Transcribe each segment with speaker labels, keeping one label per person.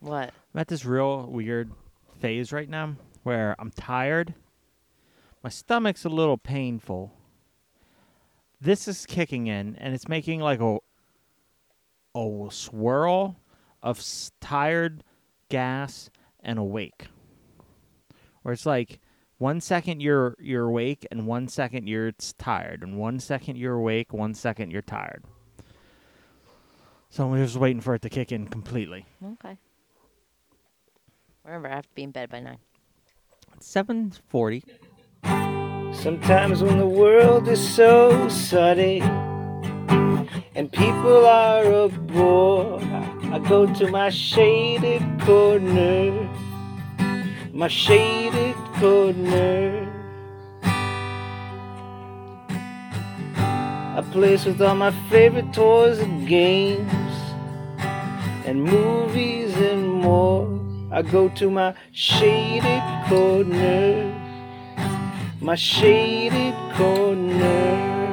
Speaker 1: What?
Speaker 2: I'm at this real weird phase right now where I'm tired. My stomach's a little painful. This is kicking in and it's making like a a swirl of s- tired gas and awake. Where it's like one second you're you're awake and one second you're it's tired and one second you're awake, one second you're tired. So I'm just waiting for it to kick in completely.
Speaker 1: Okay. Remember, I have to be in bed by nine.
Speaker 2: It's 7:40.
Speaker 3: Sometimes when the world is so sudden and people are a bore, I go to my shaded corner, my shaded corner. A place with all my favorite toys and games and movies and more. I go to my shaded corner my shaded corner.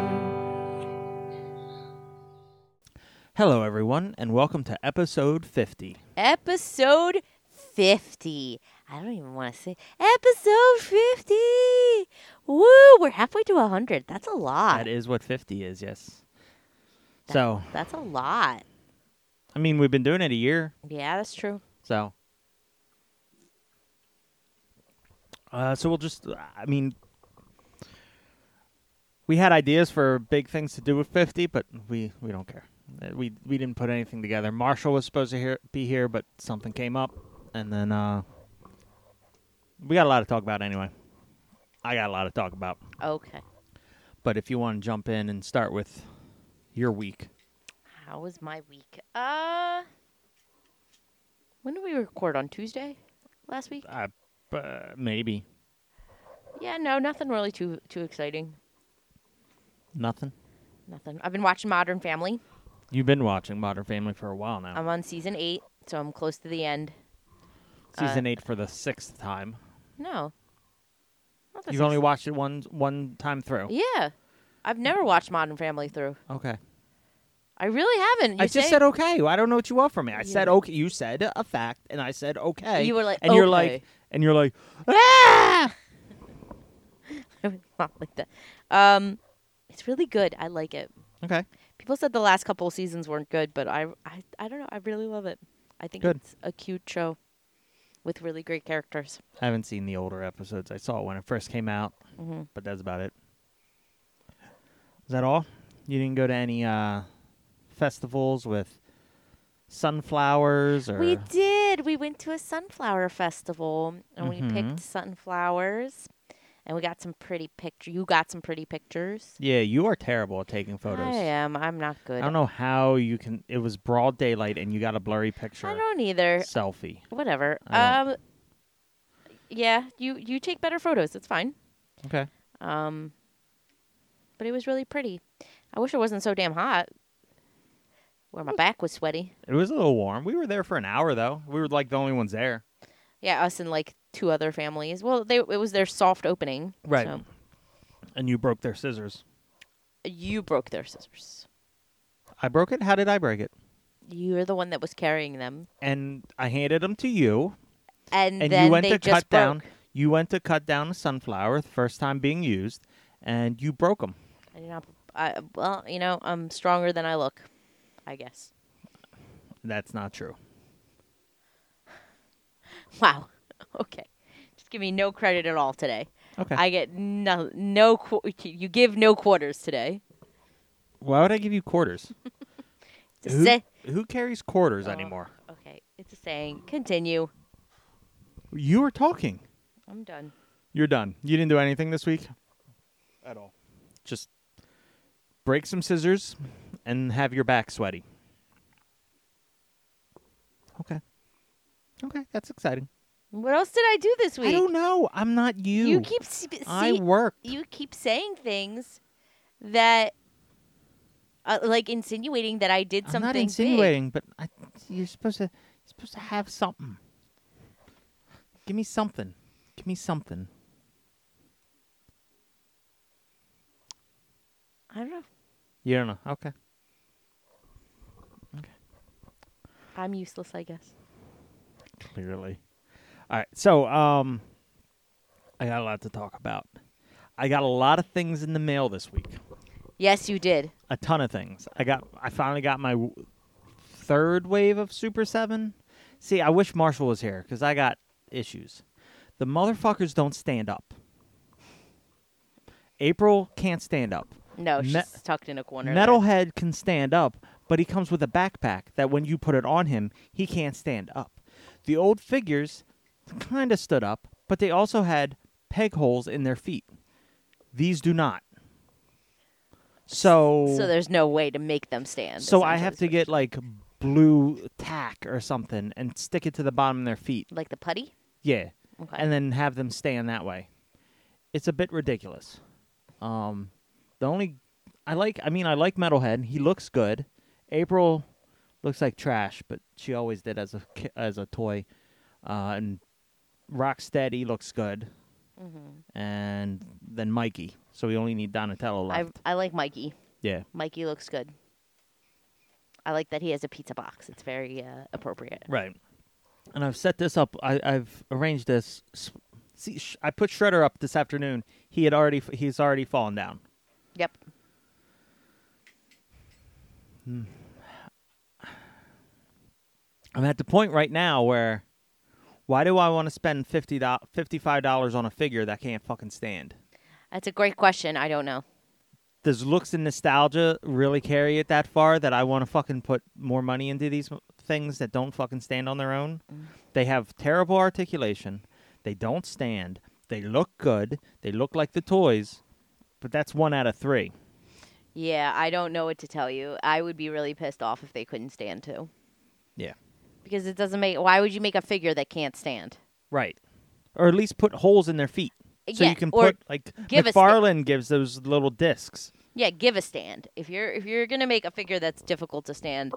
Speaker 2: Hello, everyone, and welcome to episode 50.
Speaker 1: Episode 50. I don't even want to say episode 50. Woo, we're halfway to 100. That's a lot.
Speaker 2: That is what 50 is, yes. So,
Speaker 1: That's a lot.
Speaker 2: I mean, we've been doing it a year,
Speaker 1: Yeah, that's true.
Speaker 2: so. Uh, so we'll just, I mean, we had ideas for big things to do with 50, but we, we don't care. Uh, We we didn't put anything together. Marshall was supposed to hear, be here, but something came up, and then uh, we got a lot to talk about anyway. I got a lot to talk about.
Speaker 1: Okay.
Speaker 2: But if you want to jump in and start with your week,
Speaker 1: How was my week? Uh, when did we record on Tuesday last week?
Speaker 2: uh, uh, maybe
Speaker 1: Yeah, no, nothing really too too exciting.
Speaker 2: nothing.
Speaker 1: Nothing. I've been watching Modern Family.
Speaker 2: You've been watching Modern Family for a while now.
Speaker 1: I'm on season eight, so I'm close to the end. uh,
Speaker 2: Season eight for the sixth time.
Speaker 1: No, not the
Speaker 2: You've only
Speaker 1: sixth-
Speaker 2: watched it one one time through.
Speaker 1: Yeah, I've never watched Modern Family through.
Speaker 2: Okay.
Speaker 1: I really haven't.
Speaker 2: I
Speaker 1: You
Speaker 2: just
Speaker 1: say-
Speaker 2: said okay. I don't know what you want from me. I said
Speaker 1: Yeah.
Speaker 2: okay. You said a fact, and I said okay.
Speaker 1: You were like,
Speaker 2: and you're like,
Speaker 1: okay.
Speaker 2: and you're like, ah!
Speaker 1: not like that. Um, it's really good. I like it.
Speaker 2: Okay.
Speaker 1: People said the last couple of seasons weren't good, but I, I, I don't know. I really love it. I think
Speaker 2: Good.
Speaker 1: it's a cute show with really great characters.
Speaker 2: I haven't seen the older episodes. I saw it when it first came out,
Speaker 1: Mm-hmm.
Speaker 2: but that's about it. Is that all? You didn't go to any uh, festivals with sunflowers or
Speaker 1: We did. We went to a sunflower festival and we
Speaker 2: Mm-hmm.
Speaker 1: picked sunflowers and we got some pretty picture. You got some pretty pictures.
Speaker 2: Yeah, you are terrible at taking photos.
Speaker 1: I am. I'm not good.
Speaker 2: I don't know how you can. It was broad daylight and you got a blurry picture.
Speaker 1: I don't either.
Speaker 2: Selfie.
Speaker 1: Whatever.
Speaker 2: I
Speaker 1: Um, yeah, you you take better photos. It's fine.
Speaker 2: Okay.
Speaker 1: Um, but it was really pretty. I wish it wasn't so damn hot. Where my back was sweaty.
Speaker 2: It was a little warm. We were there for an hour though. We were like the only ones there.
Speaker 1: Yeah, us and like two other families. Well, they it was their soft opening.
Speaker 2: Right.
Speaker 1: so-
Speaker 2: And you broke their scissors.
Speaker 1: you broke their scissors.
Speaker 2: I broke it. How did I break it?
Speaker 1: You're the one that was carrying them,
Speaker 2: And I handed them to you.
Speaker 1: and,
Speaker 2: and
Speaker 1: then
Speaker 2: you went
Speaker 1: they
Speaker 2: to
Speaker 1: just
Speaker 2: cut down.
Speaker 1: broke.
Speaker 2: You went to cut down a sunflower the first time being used, and you broke them.
Speaker 1: I did not. I, well, you know, I'm stronger than I look. I guess.
Speaker 2: That's not true.
Speaker 1: Wow. Okay. Just give me no credit at all today.
Speaker 2: Okay.
Speaker 1: I get no no. Qu- you give no quarters today.
Speaker 2: Why would I give you quarters?
Speaker 1: It's a
Speaker 2: who,
Speaker 1: say-
Speaker 2: who carries quarters
Speaker 1: Oh.
Speaker 2: anymore?
Speaker 1: okay. It's a saying. Continue.
Speaker 2: You were talking.
Speaker 1: I'm done.
Speaker 2: You're done. You didn't do anything this week? At all. Just break some scissors and have your back sweaty. Okay. Okay, that's exciting.
Speaker 1: What else did I do this week?
Speaker 2: I don't know. I'm not you.
Speaker 1: You keep s- see,
Speaker 2: I work.
Speaker 1: you keep saying things that uh, like insinuating that I did
Speaker 2: I'm
Speaker 1: something
Speaker 2: not
Speaker 1: big.
Speaker 2: insinuating, but I, you're supposed to you're supposed to have something. Give me something. Give me something.
Speaker 1: I don't know.
Speaker 2: You don't know. Okay.
Speaker 1: I'm useless, I guess.
Speaker 2: Clearly. All right. So, um, I got a lot to talk about. I got a lot of things in the mail this week.
Speaker 1: Yes, you did.
Speaker 2: A ton of things. I got. I finally got my w- third wave of Super Seven. See, I wish Marshall was here because I got issues. The motherfuckers don't stand up. April can't stand up.
Speaker 1: No,
Speaker 2: Me-
Speaker 1: she's tucked in a corner. there.
Speaker 2: Metalhead can stand up, but he comes with a backpack that when you put it on him, he can't stand up. The old figures kind of stood up, but they also had peg holes in their feet. These do not. So
Speaker 1: So there's no way to make them stand.
Speaker 2: so I have to
Speaker 1: essentially.
Speaker 2: get like blue tack or something and stick it to the bottom of their feet.
Speaker 1: like the putty.
Speaker 2: Yeah.
Speaker 1: Okay.
Speaker 2: And then have them stand that way. It's a bit ridiculous. Um, the only I like, I mean, I like Metalhead. He looks good. April looks like trash, but she always did as a ki- as a toy. Uh, and Rocksteady looks good, and then Mikey. So we only need Donatello
Speaker 1: I
Speaker 2: left.
Speaker 1: I like Mikey.
Speaker 2: yeah,
Speaker 1: Mikey looks good. I like that he has a pizza box. It's very uh, appropriate.
Speaker 2: right. And I've set this up. I, I've arranged this. s- See, sh- I put Shredder up this afternoon. He had already f- he's already fallen down.
Speaker 1: Yep.
Speaker 2: I'm at the point right now where why do I want to spend fifty fifty-five dollars on a figure that I can't fucking stand?
Speaker 1: That's a great question. I don't know.
Speaker 2: Does looks and nostalgia really carry it that far that I want to fucking put more money into these m- things that don't fucking stand on their own?
Speaker 1: Mm.
Speaker 2: They have terrible articulation. They don't stand. They look good. They look like the toys, but that's one out of three.
Speaker 1: Yeah, I don't know what to tell you. I would be really pissed off if they couldn't stand too.
Speaker 2: Yeah.
Speaker 1: Because it doesn't make why would you make a figure that can't stand?
Speaker 2: Right. Or at least put holes in their feet. So
Speaker 1: Yeah,
Speaker 2: you can
Speaker 1: or
Speaker 2: put like
Speaker 1: give a sta-
Speaker 2: McFarlane gives those little discs.
Speaker 1: Yeah, give a stand. If you're if you're gonna make a figure that's difficult to stand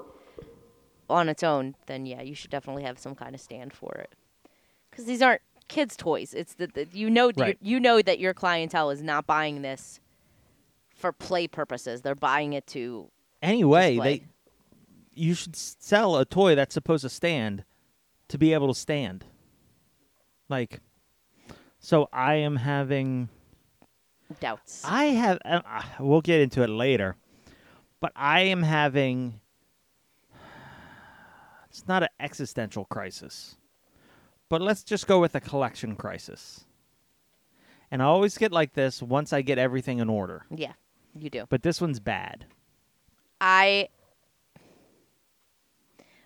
Speaker 1: on its own, then yeah, you should definitely have some kind of stand for it. Because these aren't kids' toys. It's that that you know that
Speaker 2: Right.
Speaker 1: you you know that your clientele is not buying this for play purposes. They're buying it to
Speaker 2: anyway,
Speaker 1: display.
Speaker 2: they you should s- sell a toy that's supposed to stand to be able to stand. Like, so I am having.
Speaker 1: doubts.
Speaker 2: I have. Uh, uh, we'll get into it later, but I am having. It's not an existential crisis, but let's just go with a collection crisis. And I always get like this once I get everything in order,
Speaker 1: yeah, you do.
Speaker 2: but this one's bad.
Speaker 1: I.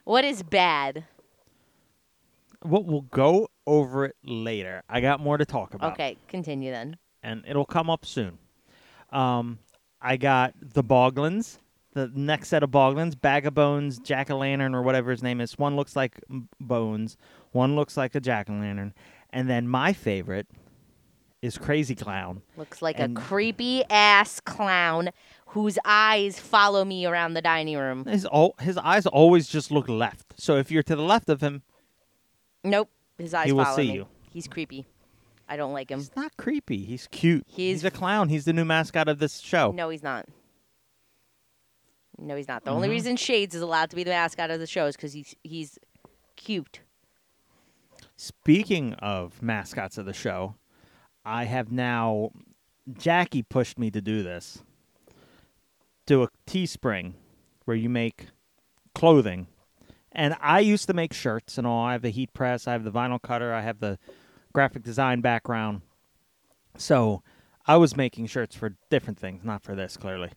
Speaker 1: What is bad?
Speaker 2: Well, we'll go over it later. I got more to talk about.
Speaker 1: Okay, continue then.
Speaker 2: And it'll come up soon. Um, I got the Boglins, the next set of Boglins, Bag of Bones, Jack o' Lantern, or whatever his name is. One looks like m- Bones, one looks like a Jack o' Lantern. And then my favorite is Crazy Clown.
Speaker 1: Looks like
Speaker 2: And-
Speaker 1: a creepy ass clown whose eyes follow me around the dining room.
Speaker 2: His, all, his eyes always just look left. So if you're to the left of him,
Speaker 1: Nope, his eyes
Speaker 2: He will
Speaker 1: follow
Speaker 2: see
Speaker 1: me.
Speaker 2: you.
Speaker 1: He's creepy. I don't like him.
Speaker 2: he's not creepy. He's cute.
Speaker 1: He is
Speaker 2: he's a clown. He's the new mascot of this show.
Speaker 1: No, he's not. No, he's not. The
Speaker 2: Mm-hmm.
Speaker 1: only reason Shades is allowed to be the mascot of the show is because he's he's cute.
Speaker 2: Speaking of mascots of the show, I have now Jackie pushed me to do this. Do a Teespring where you make clothing. And I used to make shirts and all. I have the heat press, I have the vinyl cutter, I have the graphic design background. So I was making shirts for different things, not for this clearly.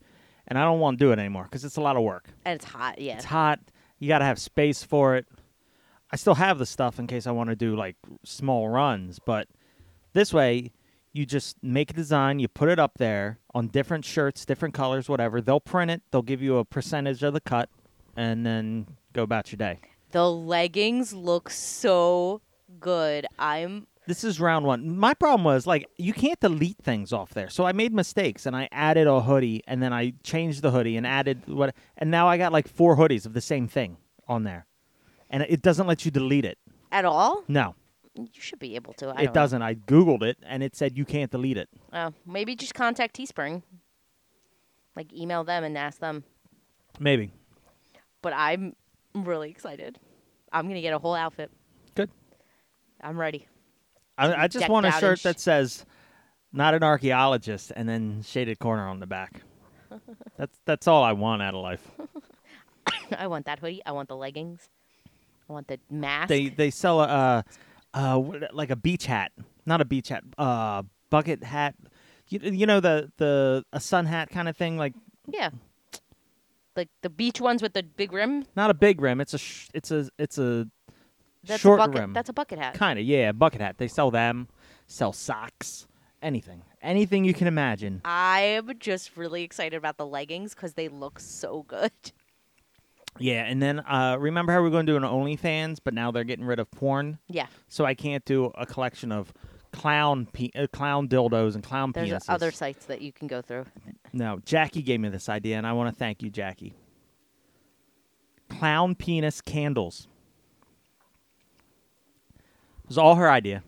Speaker 2: And I don't want to do it anymore because it's a lot of work.
Speaker 1: And it's hot, yeah.
Speaker 2: It's hot. You got to have space for it. I still have the stuff in case I want to do like small runs, but this way you just make a design, you put it up there on different shirts, different colors, whatever. They'll print it, they'll give you a percentage of the cut, and then go about your day.
Speaker 1: The leggings look so good. I'm
Speaker 2: This is round one. My problem was like you can't delete things off there, so I made mistakes and I added a hoodie, and then I changed the hoodie and added what, and now I got like four hoodies of the same thing on there, and it doesn't let you delete it.
Speaker 1: at all.
Speaker 2: No,
Speaker 1: You should be able to. I
Speaker 2: it
Speaker 1: don't know.
Speaker 2: doesn't. I googled it, and it said you can't delete it.
Speaker 1: Oh, maybe just contact Teespring. Like email them and ask them.
Speaker 2: Maybe
Speaker 1: But I'm really excited. I'm gonna get a whole outfit.
Speaker 2: good.
Speaker 1: I'm ready.
Speaker 2: I, I just want a
Speaker 1: decked out in
Speaker 2: shirt that
Speaker 1: sh-
Speaker 2: says "Not an archaeologist" and then shaded corner on the back. that's that's all I want out of life.
Speaker 1: I want that hoodie. I want the leggings. I want the mask.
Speaker 2: They they sell a uh, uh, what- like a beach hat, not a beach hat, uh, bucket hat. You, you know the the a sun hat kind of thing, like
Speaker 1: yeah. Like the beach ones with the big rim.
Speaker 2: not a big rim. It's a sh- it's a it's a
Speaker 1: That's
Speaker 2: short
Speaker 1: a bucket.
Speaker 2: rim.
Speaker 1: That's a bucket hat.
Speaker 2: Kind of, yeah. Bucket hat. They sell them. Sell socks. Anything. Anything you can imagine.
Speaker 1: I'm just really excited about the leggings because they look so good.
Speaker 2: Yeah, and then uh, remember how we are going to do an OnlyFans, but now they're getting rid of porn,
Speaker 1: Yeah.
Speaker 2: so I can't do a collection of clown pe- uh, clown dildos and clown
Speaker 1: There's
Speaker 2: penises.
Speaker 1: other sites that you can go through.
Speaker 2: No, Jackie gave me this idea, and I want to thank you, Jackie. Clown penis candles. It was all her idea.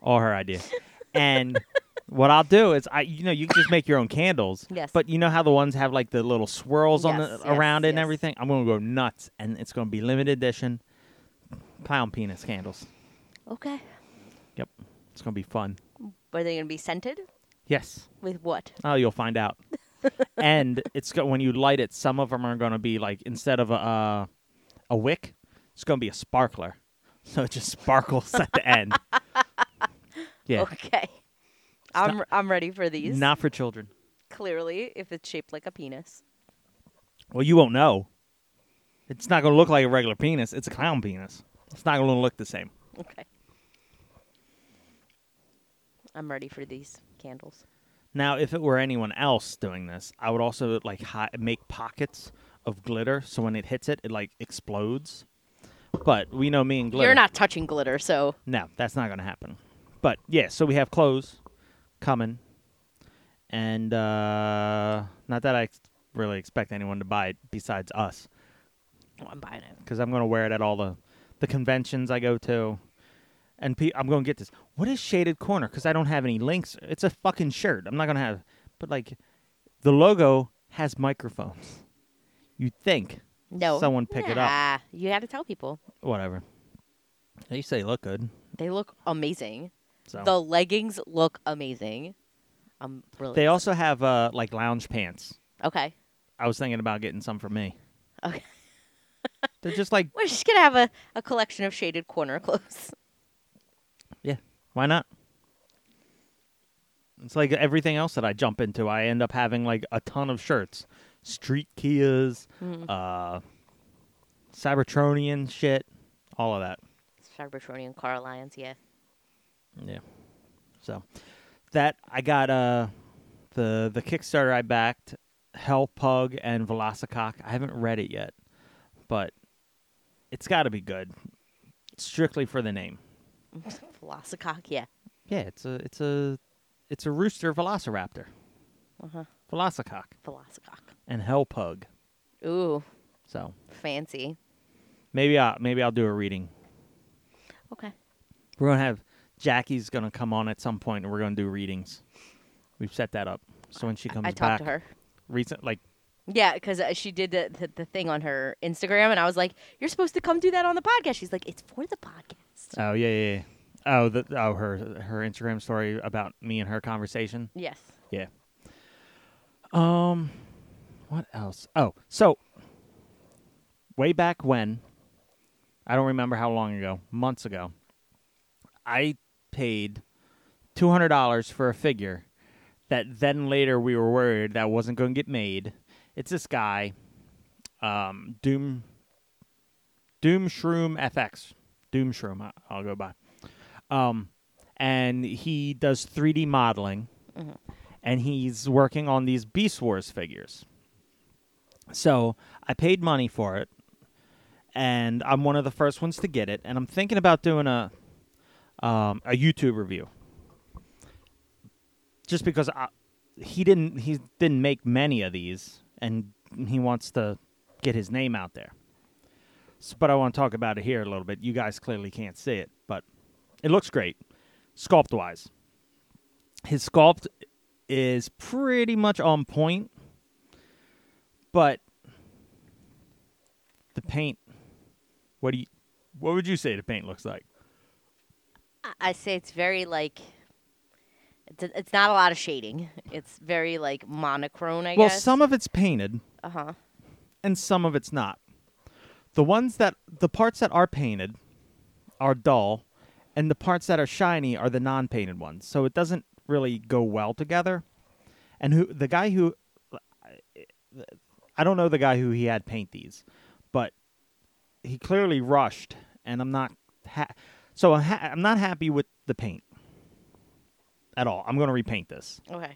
Speaker 2: All her idea. and what I'll do is, I you know, you can just make your own candles.
Speaker 1: Yes.
Speaker 2: But you know how the ones have like the little swirls on the
Speaker 1: Yes, yes,
Speaker 2: around it and
Speaker 1: yes.
Speaker 2: everything. I'm gonna go nuts, and it's gonna be limited edition clown penis candles.
Speaker 1: Okay.
Speaker 2: Yep, it's gonna be fun.
Speaker 1: Are they going to be scented?
Speaker 2: Yes.
Speaker 1: With what?
Speaker 2: Oh, you'll find out. and it's go- when you light it, some of them are going to be like instead of a uh, a wick, it's going to be a sparkler, so it just sparkles at the end. Yeah,
Speaker 1: Okay. I'm I'm ready for these.
Speaker 2: not for children.
Speaker 1: Clearly, if it's shaped like a penis.
Speaker 2: Well, you won't know. It's not going to look like a regular penis. It's a clown penis. It's not going to look the same.
Speaker 1: Okay. I'm ready for these candles.
Speaker 2: Now, if it were anyone else doing this, I would also like hi- make pockets of glitter, so when it hits it, it like explodes. But we know me and glitter.
Speaker 1: You're not touching glitter, so
Speaker 2: No, that's not going to happen. But yeah, so we have clothes coming, and uh, not that I ex- really expect anyone to buy it besides us,
Speaker 1: Oh, I'm buying it.
Speaker 2: because I'm going to wear it at all the the conventions I go to, and pe- I'm going to get this. What is shaded corner? Because I don't have any links. It's a fucking shirt. I'm not going to have. But like, the logo has microphones. You'd think
Speaker 1: No.
Speaker 2: someone pick it up.
Speaker 1: Nah, You had to tell people.
Speaker 2: Whatever. You say look good.
Speaker 1: They look amazing.
Speaker 2: So.
Speaker 1: The leggings look amazing. I'm really
Speaker 2: They
Speaker 1: excited.
Speaker 2: also have uh, like lounge pants.
Speaker 1: Okay.
Speaker 2: I was thinking about getting some for me.
Speaker 1: Okay.
Speaker 2: They're just like,
Speaker 1: We're just gonna have a, a collection of shaded corner clothes.
Speaker 2: yeah, why not? It's like everything else that I jump into. I end up having like a ton of shirts, street Kias, uh, Cybertronian shit, all of that.
Speaker 1: Cybertronian car alliance, yeah.
Speaker 2: Yeah. So that I got uh the the Kickstarter I backed, Hell Pug and Velocicock. I haven't read it yet, but it's got to be good. Strictly for the name.
Speaker 1: Velocicock, yeah.
Speaker 2: Yeah, it's a it's a it's a rooster velociraptor.
Speaker 1: Uh-huh.
Speaker 2: Velocicock
Speaker 1: Velocicock.
Speaker 2: and Hell Pug.
Speaker 1: Ooh,
Speaker 2: So
Speaker 1: fancy.
Speaker 2: maybe I maybe I'll do a reading.
Speaker 1: Okay.
Speaker 2: We're gonna have Jackie's gonna come on at some point, and we're gonna do readings. We've set that up. So when she comes
Speaker 1: I
Speaker 2: back,
Speaker 1: talked to her.
Speaker 2: recent like
Speaker 1: Yeah, because she did the, the, the thing on her Instagram, and I was like, "You're supposed to come do that on the podcast." She's like, "It's for the podcast."
Speaker 2: Oh yeah, yeah. yeah. Oh, the oh her her Instagram story about me and her conversation.
Speaker 1: Yes.
Speaker 2: Yeah. Um, what else? Oh, so way back when, I don't remember how long ago, months ago, I paid two hundred dollars for a figure that then later we were worried that wasn't going to get made. It's this guy, um, Doom, Doom Shroom FX, Doom Shroom. I- I'll go by. Um, and he does three D modeling and he's working on these Beast Wars figures. So I paid money for it, and I'm one of the first ones to get it. And I'm thinking about doing a um, a YouTube review, just because I, he didn't he didn't make many of these, and he wants to get his name out there. S- but I want to talk about it here a little bit. You guys clearly can't see it, but it looks great, sculpt wise his sculpt is pretty much on point, but the paint. What do you? What would you say the paint looks like?
Speaker 1: I say it's very like. It's, it's not a lot of shading. It's very like monochrome, I
Speaker 2: well,
Speaker 1: guess.
Speaker 2: some of it's painted
Speaker 1: Uh huh.
Speaker 2: and some of it's not. The ones that the parts that are painted are dull, and the parts that are shiny are the non-painted ones. So it doesn't really go well together. And who the guy who I don't know the guy who he had paint these, but he clearly rushed, and I'm not ha- so I'm, ha- I'm not happy with the paint at all. I'm going to repaint this
Speaker 1: Okay.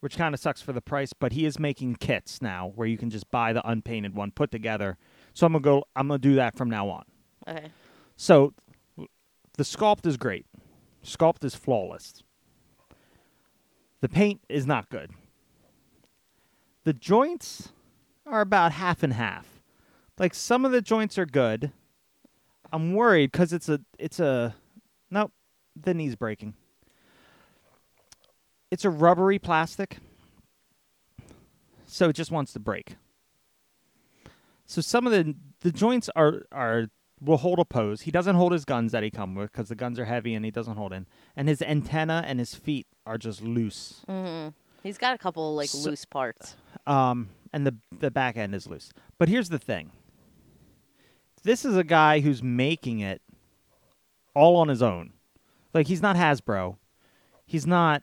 Speaker 2: which kind of sucks for the price. But he is making kits now where you can just buy the unpainted one put together. So I'm gonna go. I'm gonna do that from now on.
Speaker 1: Okay.
Speaker 2: So the sculpt is great. Sculpt is flawless. The paint is not good. The joints are about half and half. Like some of the joints are good. I'm worried because it's a it's a nope. The knee's breaking. It's a rubbery plastic. So it just wants to break. So some of the the joints are are will hold a pose. He doesn't hold his guns that he come with because the guns are heavy and he doesn't hold in. And his antenna and his feet are just loose.
Speaker 1: He's got a couple like
Speaker 2: So-
Speaker 1: loose parts.
Speaker 2: Um, and the the back end is loose. But here's the thing. This is a guy who's making it all on his own. Like he's not Hasbro. He's not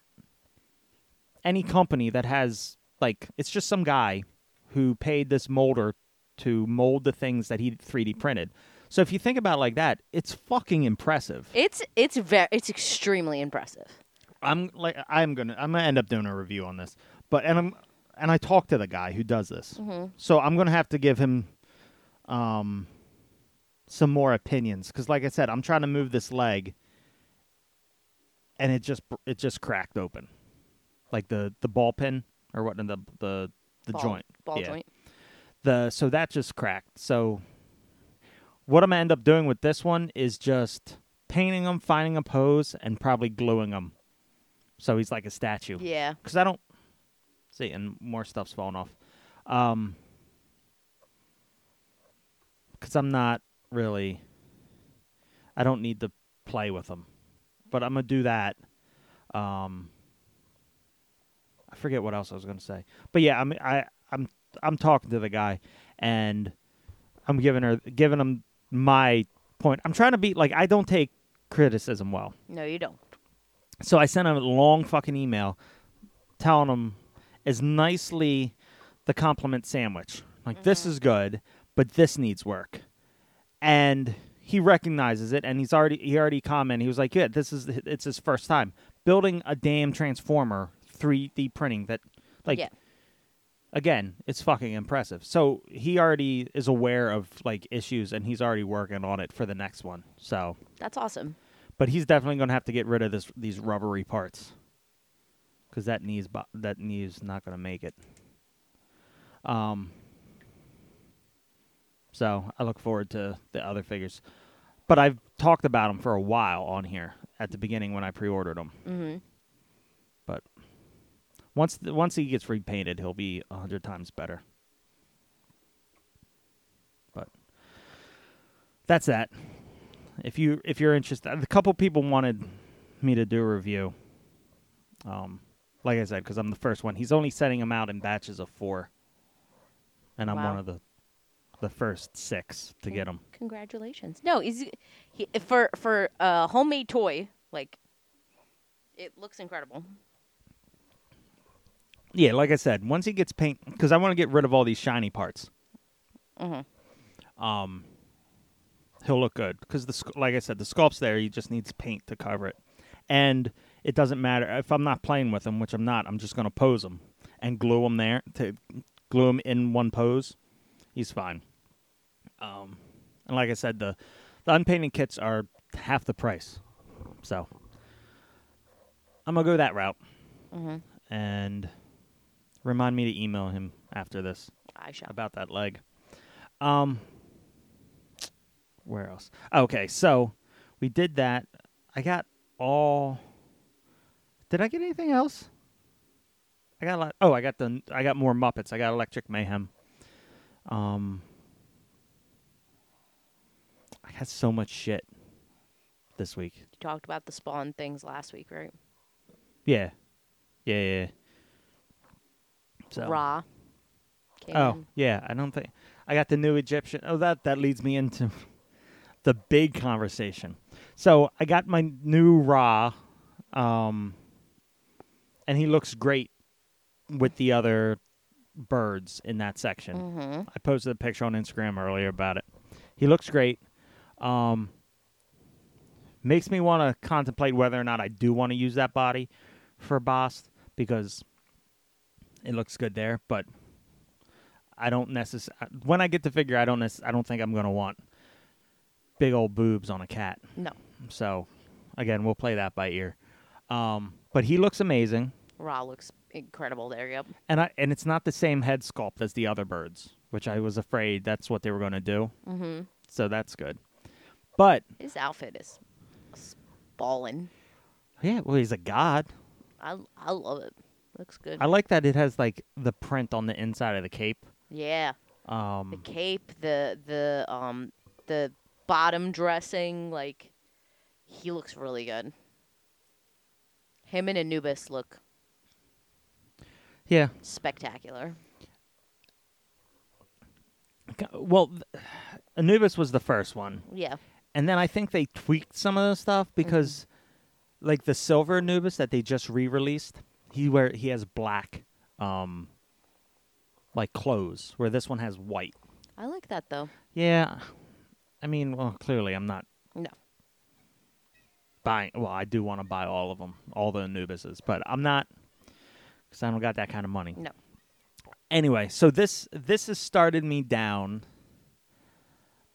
Speaker 2: any company that has like it's just some guy who paid this molder to mold the things that he 3D printed. So if you think about it like that, it's fucking impressive.
Speaker 1: It's it's very it's extremely impressive.
Speaker 2: I'm like I'm gonna I'm gonna end up doing a review on this, but and I'm and I talked to the guy who does this,
Speaker 1: Mm-hmm.
Speaker 2: so I'm gonna have to give him, um, some more opinions because like I said, I'm trying to move this leg, and it just br- it just cracked open, like the the ball pin or what the the the
Speaker 1: Ball-
Speaker 2: joint
Speaker 1: Ball
Speaker 2: Yeah
Speaker 1: joint.
Speaker 2: the so that just cracked. So what I'm gonna end up doing with this one is just painting him, finding a pose, and probably gluing him. So he's like a statue.
Speaker 1: Yeah.
Speaker 2: Because I don't see, and more stuff's falling off. Um, because I'm not really. I don't need to play with them, but I'm gonna do that. Um, I forget what else I was gonna say, but yeah, I'm I I'm I'm talking to the guy, and I'm giving her giving him my point. I'm trying to be like I don't take criticism well.
Speaker 1: No, you don't.
Speaker 2: So I sent him a long fucking email telling him as nicely the compliment sandwich. Like, this is good, but this needs work. And he recognizes it and he's already he already commented. He was like, Yeah, this is it's his first time. Building a damn transformer, three D printing that like
Speaker 1: yeah.
Speaker 2: again, it's fucking impressive. So he already is aware of like issues and he's already working on it for the next one. So
Speaker 1: That's awesome.
Speaker 2: but he's definitely going to have to get rid of this these rubbery parts because that knee's bo- that knee's not going to make it. Um. So I look forward to the other figures, but I've talked about them for a while on here at the beginning when I pre-ordered them.
Speaker 1: Mhm.
Speaker 2: But once th- once he gets repainted, he'll be a hundred times better. But that's that if you if you're interested a couple people wanted me to do a review um like i said because i'm the first one he's only setting them out in batches of four and i'm
Speaker 1: Wow.
Speaker 2: one of the the first six to get them
Speaker 1: Congratulations. No, he's he, for for a homemade toy like it looks incredible.
Speaker 2: yeah like i said once he gets paint because i want to get rid of all these shiny parts
Speaker 1: Mhm.
Speaker 2: um he'll look good because the sc- like i said the sculpt's there he just needs paint to cover it and it doesn't matter if i'm not playing with him which i'm not i'm just going to pose him and glue him there to glue him in one pose he's fine um and like i said the the unpainted kits are half the price so i'm going to go that route
Speaker 1: Mhm.
Speaker 2: and remind me to email him after this
Speaker 1: I shall.
Speaker 2: about that leg. Um, where else? Okay, so we did that. I got all. Did I get anything else? I got a lot. Oh, I got the. I got more Muppets. I got Electric Mayhem. Um, I got so much shit. this week.
Speaker 1: You talked about the spawn things last week, right?
Speaker 2: Yeah, yeah, yeah. yeah. So
Speaker 1: Ra. Came
Speaker 2: oh
Speaker 1: in.
Speaker 2: yeah, I don't think I got the new Egyptian. Oh, that that leads me into the big conversation. So I got my new Ra, um, and he looks great with the other birds in that section.
Speaker 1: Mhm.
Speaker 2: I posted a picture on Instagram earlier about it. He looks great. Um, makes me want to contemplate whether or not I do want to use that body for Bast because it looks good there. But I don't necessarily when I get to figure, I don't necess- I don't think I'm gonna want big old boobs on a cat.
Speaker 1: No.
Speaker 2: So again, we'll play that by ear. Um, but he looks amazing,
Speaker 1: Ra looks incredible there. Yep.
Speaker 2: and I and it's not the same head sculpt as the other birds, which I was afraid that's what they were gonna do
Speaker 1: Mm-hmm.
Speaker 2: so that's good. But
Speaker 1: His outfit is s- ballin'.
Speaker 2: yeah, well, he's a god.
Speaker 1: I I love it. Looks good.
Speaker 2: I like that it has like the print on the inside of the cape.
Speaker 1: yeah. The
Speaker 2: Um,
Speaker 1: cape, the the um the bottom dressing, like he looks really good. Him and Anubis look
Speaker 2: yeah.
Speaker 1: spectacular.
Speaker 2: G- Well, th- Anubis was the first one,
Speaker 1: Yeah.
Speaker 2: and then I think they tweaked some of the stuff because, like the silver Anubis that they just re-released, he wear he has black, um, like clothes, where this one has white.
Speaker 1: I like that though.
Speaker 2: Yeah, I mean, well, clearly I'm not
Speaker 1: No.
Speaker 2: buying. Well, I do want to buy all of them, all the Anubises, but I'm not because I don't got that kind of money.
Speaker 1: No.
Speaker 2: Anyway, so this this has started me down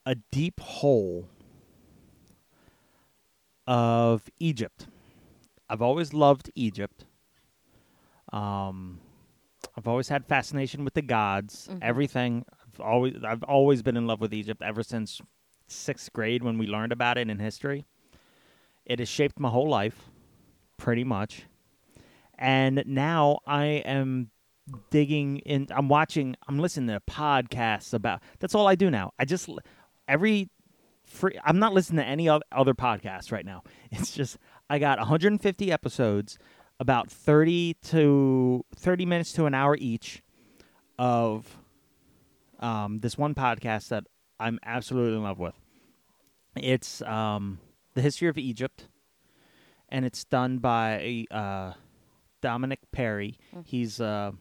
Speaker 2: a deep hole of Egypt. I've always loved Egypt. Um, I've always had fascination with the gods, everything. I've always I've always been in love with Egypt ever since sixth grade when we learned about it in history. It has shaped my whole life, pretty much. And now I am digging in. I'm watching. I'm listening to podcasts about. That's all I do now. I just l- every free. I'm not listening to any oth- other podcasts right now. It's just I got 150 episodes, about 30 to 30 minutes to an hour each, of um, this one podcast that I'm absolutely in love with. It's um, the history of Egypt, and it's done by uh, Dominic Perry. He's a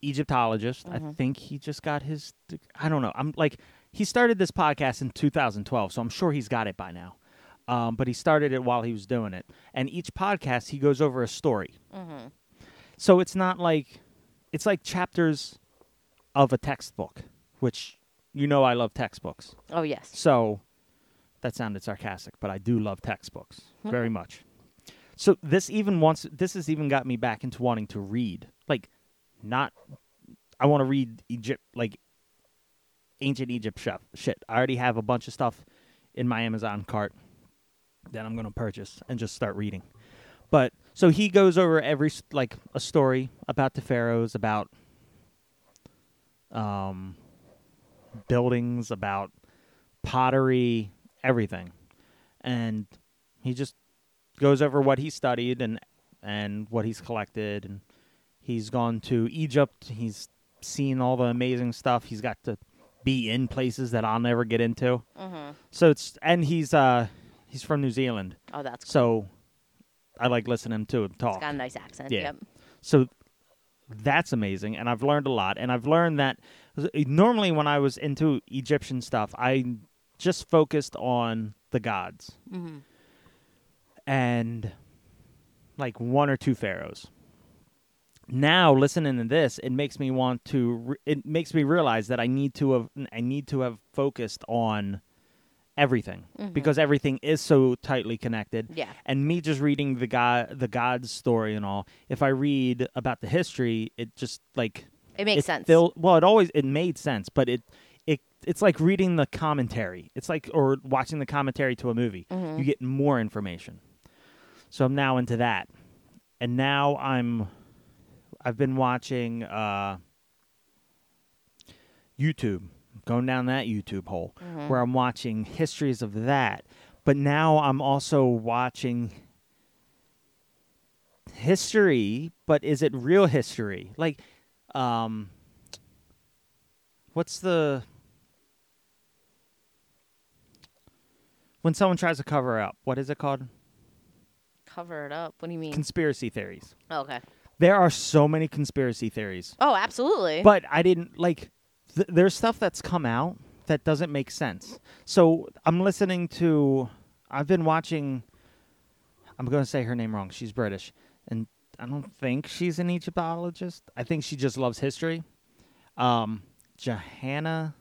Speaker 2: Egyptologist. I think he just got his. deg- I don't know. I'm like he started this podcast in 2012, so I'm sure he's got it by now. Um, but he started it while he was doing it, and each podcast he goes over a story. So it's not like it's like chapters of a textbook, which you know I love textbooks.
Speaker 1: Oh yes.
Speaker 2: So that sounded sarcastic, but I do love textbooks very much. So this even wants this has even got me back into wanting to read. Like not I want to read Egypt like ancient Egypt shop shit. I already have a bunch of stuff in my Amazon cart that I'm going to purchase and just start reading. But so he goes over every s- like a story about the pharaohs, about um buildings, about pottery, everything. And he just goes over what he studied and and what he's collected and he's gone to Egypt, he's seen all the amazing stuff. He's got to be in places that I'll never get into.
Speaker 1: Mm-hmm.
Speaker 2: So it's and he's uh he's from New Zealand.
Speaker 1: Oh, that's cool.
Speaker 2: So I like listening to him talk.
Speaker 1: It's got a nice accent.
Speaker 2: Yeah.
Speaker 1: Yep.
Speaker 2: So that's amazing, and I've learned a lot. And I've learned that uh, normally when I was into Egyptian stuff, I just focused on the gods
Speaker 1: Mm-hmm.
Speaker 2: and like one or two pharaohs. Now listening to this, it makes me want to. Re- it makes me realize that I need to have. I need to have focused on everything because everything is so tightly connected
Speaker 1: Yeah.
Speaker 2: and me just reading the god the god's story and all if i read about the history it just like
Speaker 1: It makes
Speaker 2: it
Speaker 1: sense.
Speaker 2: fill- well it always it made sense but it it it's like reading the commentary it's like or watching the commentary to a movie
Speaker 1: Mm-hmm.
Speaker 2: you get more information so i'm now into that and now i'm i've been watching uh
Speaker 1: Mm-hmm.
Speaker 2: YouTube, going down that YouTube hole where I'm watching histories of that, But now I'm also watching history, but is it real history? Like, um, what's the when someone tries to cover up? What is it called?
Speaker 1: Cover it up. What do you mean?
Speaker 2: Conspiracy theories.
Speaker 1: Oh, okay.
Speaker 2: There are so many conspiracy theories.
Speaker 1: Oh, absolutely.
Speaker 2: But I didn't like. Th- there's stuff that's come out that doesn't make sense. So I'm listening to. I've been watching. I'm going to say her name wrong. She's British, and I don't think she's an Egyptologist. I think she just loves history. Um, Johanna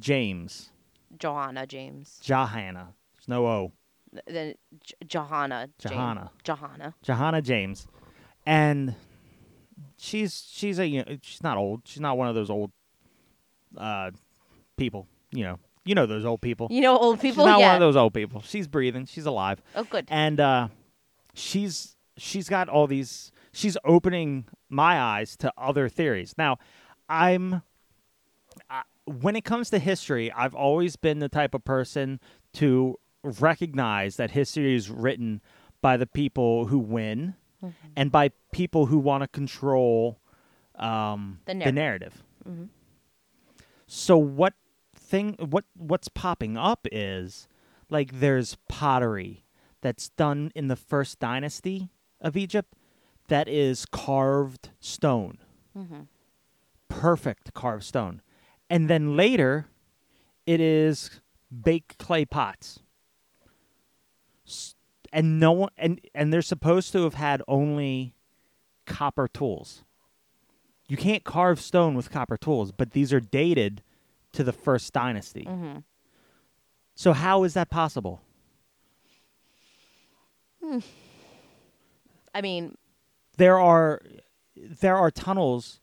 Speaker 2: James.
Speaker 1: Johanna James.
Speaker 2: Johanna. There's no O.
Speaker 1: Th- Then J- Johanna. James.
Speaker 2: Johanna.
Speaker 1: Johanna.
Speaker 2: Johanna James, and she's she's a you know, she's not old. She's not one of those old uh, people. You know, you know those old people.
Speaker 1: You know old people.
Speaker 2: She's not
Speaker 1: yeah.
Speaker 2: one of those old people. She's breathing. She's alive,
Speaker 1: Oh, good.
Speaker 2: and uh, she's she's got all these. She's opening my eyes to other theories. Now, I'm when it comes to history, I've always been the type of person to recognize that history is written by the people who win
Speaker 1: Mm-hmm.
Speaker 2: and by people who want to control um,
Speaker 1: The
Speaker 2: The
Speaker 1: narrative. Mm-hmm.
Speaker 2: narrative. So what thing? What what's popping up is like there's pottery that's done in the first dynasty of Egypt that is carved stone perfect carved stone. And then later, it is baked clay pots. S- And no one, and and they're supposed to have had only copper tools. You can't carve stone with copper tools, but these are dated to the first dynasty. So how is that possible?
Speaker 1: I mean,
Speaker 2: there are there are tunnels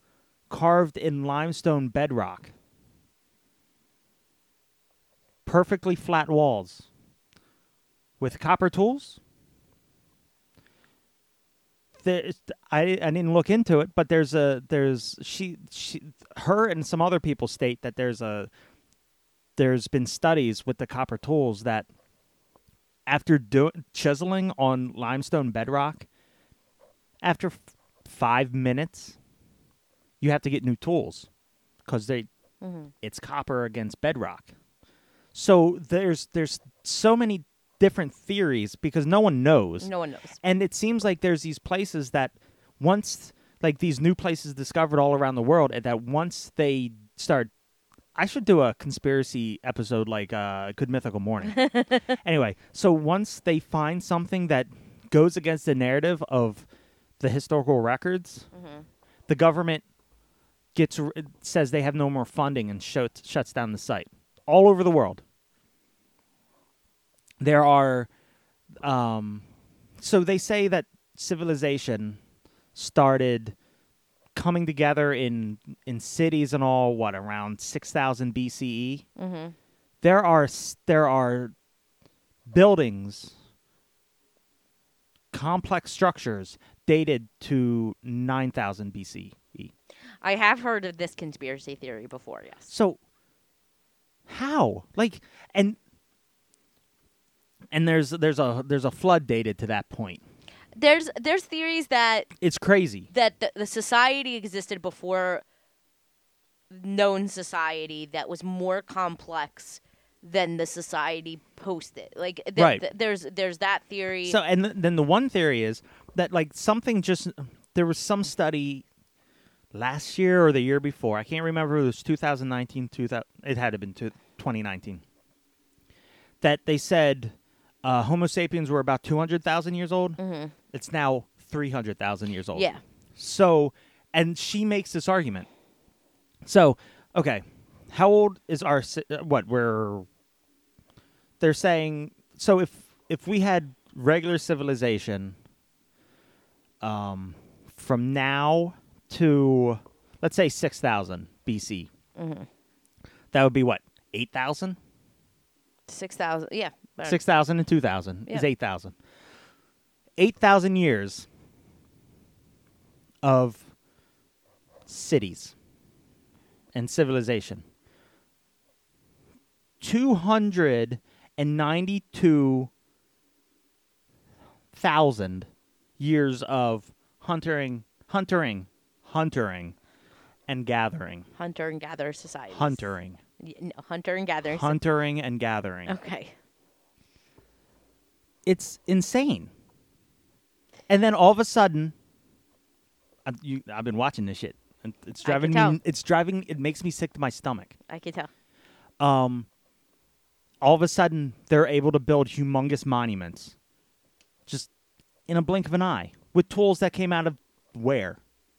Speaker 2: carved in limestone bedrock perfectly flat walls with copper tools there's, I, I didn't look into it but there's a there's she she her and some other people state that there's a there's been studies with the copper tools that after do, chiseling on limestone bedrock after f- five minutes, you have to get new tools because they it's copper against bedrock. So there's there's so many different theories because no one knows.
Speaker 1: no one knows.
Speaker 2: And it seems like there's these places that once like these new places discovered all around the world and that once they start I should do a conspiracy episode like uh Good Mythical Morning. anyway, so once they find something that goes against the narrative of the historical records, the government gets r- says they have no more funding and shuts shuts down the site all over the world. There are um, so they say that civilization started coming together in in cities and all what around 6000 BCE.
Speaker 1: Mhm.
Speaker 2: E? There are s- there are buildings complex structures dated to 9000 BCE.
Speaker 1: I have heard of this conspiracy theory before. Yes.
Speaker 2: So how? Like and and there's there's a there's a flood dated to that point.
Speaker 1: There's there's theories that
Speaker 2: It's crazy.
Speaker 1: that the, the society existed before known society that was more complex than the society post it. Like th-
Speaker 2: Right.
Speaker 1: th- there's there's that theory.
Speaker 2: So, and th- then the one theory is that like something just there was some study last year or the year before. I can't remember. It was 2019. 2000, it had to have been two- 2019. That they said uh, Homo sapiens were about 200,000 years old. It's now 300,000 years old.
Speaker 1: Yeah.
Speaker 2: So, and she makes this argument. So, okay, how old is our ci- uh, what we're they're saying so if if we had regular civilization um from now to let's say 6000 BC. That would be what? 8000?
Speaker 1: Six thousand. Yeah. I don't-
Speaker 2: 6000 and 2000 is
Speaker 1: Yeah.
Speaker 2: 8000. 8000 years of cities and civilization. 250 and ninety-two thousand years of huntering, huntering, huntering, and gathering,
Speaker 1: Hunter and gatherer society.
Speaker 2: huntering,
Speaker 1: hunter and gathering. so-
Speaker 2: huntering, and gathering.
Speaker 1: okay.
Speaker 2: it's insane. And then all of a sudden, I, you, I've been watching this shit. and It's
Speaker 1: I can
Speaker 2: driving
Speaker 1: tell.
Speaker 2: me. It's driving. It makes me sick to my stomach.
Speaker 1: I can tell.
Speaker 2: Um, all of a sudden, they're able to build humongous monuments, just in a blink of an eye, with tools that came out of where,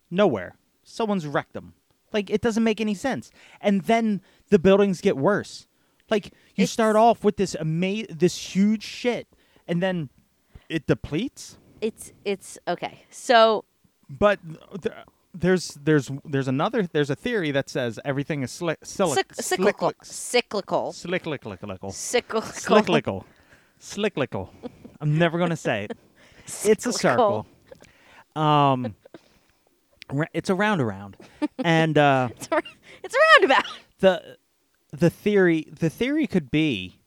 Speaker 2: nowhere. Someone's wrecked them. Like it doesn't make any sense. And then the buildings get worse. Like you
Speaker 1: It's-
Speaker 2: start off with this ama- this huge shit, and then it depletes.
Speaker 1: It's it's okay. So
Speaker 2: But th- there's there's there's another there's a theory that says everything is slick,
Speaker 1: cyc- cyclical, cyclical,
Speaker 2: cyclical,
Speaker 1: cyclical,
Speaker 2: Slicklickle. Slicklickle. I'm never going to say it. It's a circle. Um, ra- it's a round around. And uh,
Speaker 1: It's a, it's a roundabout.
Speaker 2: the the theory the theory could be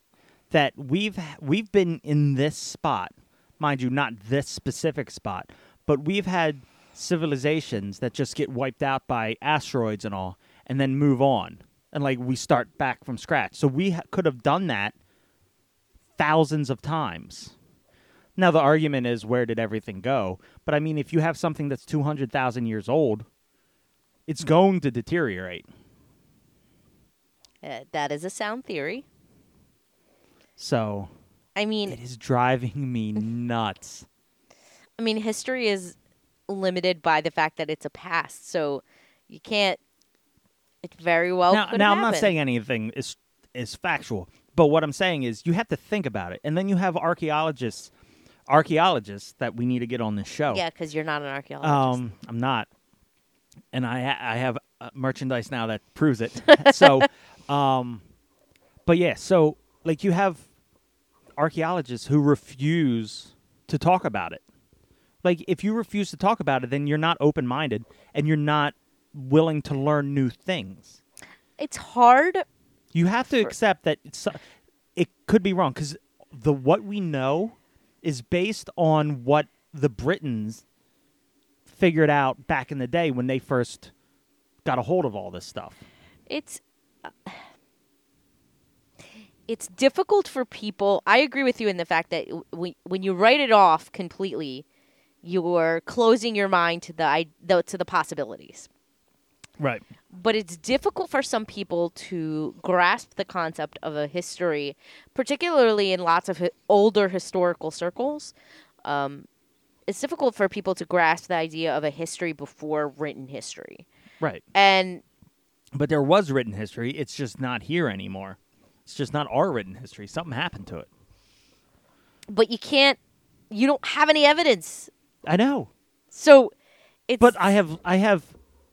Speaker 2: that we've we've been in this spot, mind you, not this specific spot, but we've had civilizations that just get wiped out by asteroids and all, and then move on, and like we start back from scratch. So we ha- could have done that thousands of times. Now the argument is where did everything go? But I mean, if you have something that's two hundred thousand years old, it's going to deteriorate.
Speaker 1: Uh, that is a sound theory.
Speaker 2: So
Speaker 1: I mean,
Speaker 2: It is driving me nuts.
Speaker 1: I mean, history is limited by the fact that it's a past, so you can't. Oh, It very well
Speaker 2: now,
Speaker 1: could
Speaker 2: now
Speaker 1: happen.
Speaker 2: I'm not saying anything is is factual, but what I'm saying is you have to think about it, and then you have archaeologists, archaeologists that we need to get on this show.
Speaker 1: Yeah, because you're not an archaeologist.
Speaker 2: Um, I'm not, and I ha- I have uh, merchandise now that proves it. so, um, but yeah, so like you have archaeologists who refuse to talk about it. Like if you refuse to talk about it, then you're not open minded and you're not willing to learn new things.
Speaker 1: it's hard.
Speaker 2: You have to accept that it's, it could be wrong because the what we know is based on what the Britons figured out back in the day when they first got a hold of all this stuff.
Speaker 1: It's uh, it's difficult for people. I agree with you in the fact that w- when when you write it off completely, you're closing your mind to the i- the- to the possibilities.
Speaker 2: Right.
Speaker 1: but it's difficult for some people to grasp the concept of a history, particularly in lots of hi- older historical circles. Um, it's difficult for people to grasp the idea of a history before written history.
Speaker 2: Right.
Speaker 1: And
Speaker 2: But there was written history. It's just not here anymore. It's just not our written history. Something happened to it.
Speaker 1: but you can't, you don't have any evidence,
Speaker 2: I know.
Speaker 1: so it's
Speaker 2: But I have I have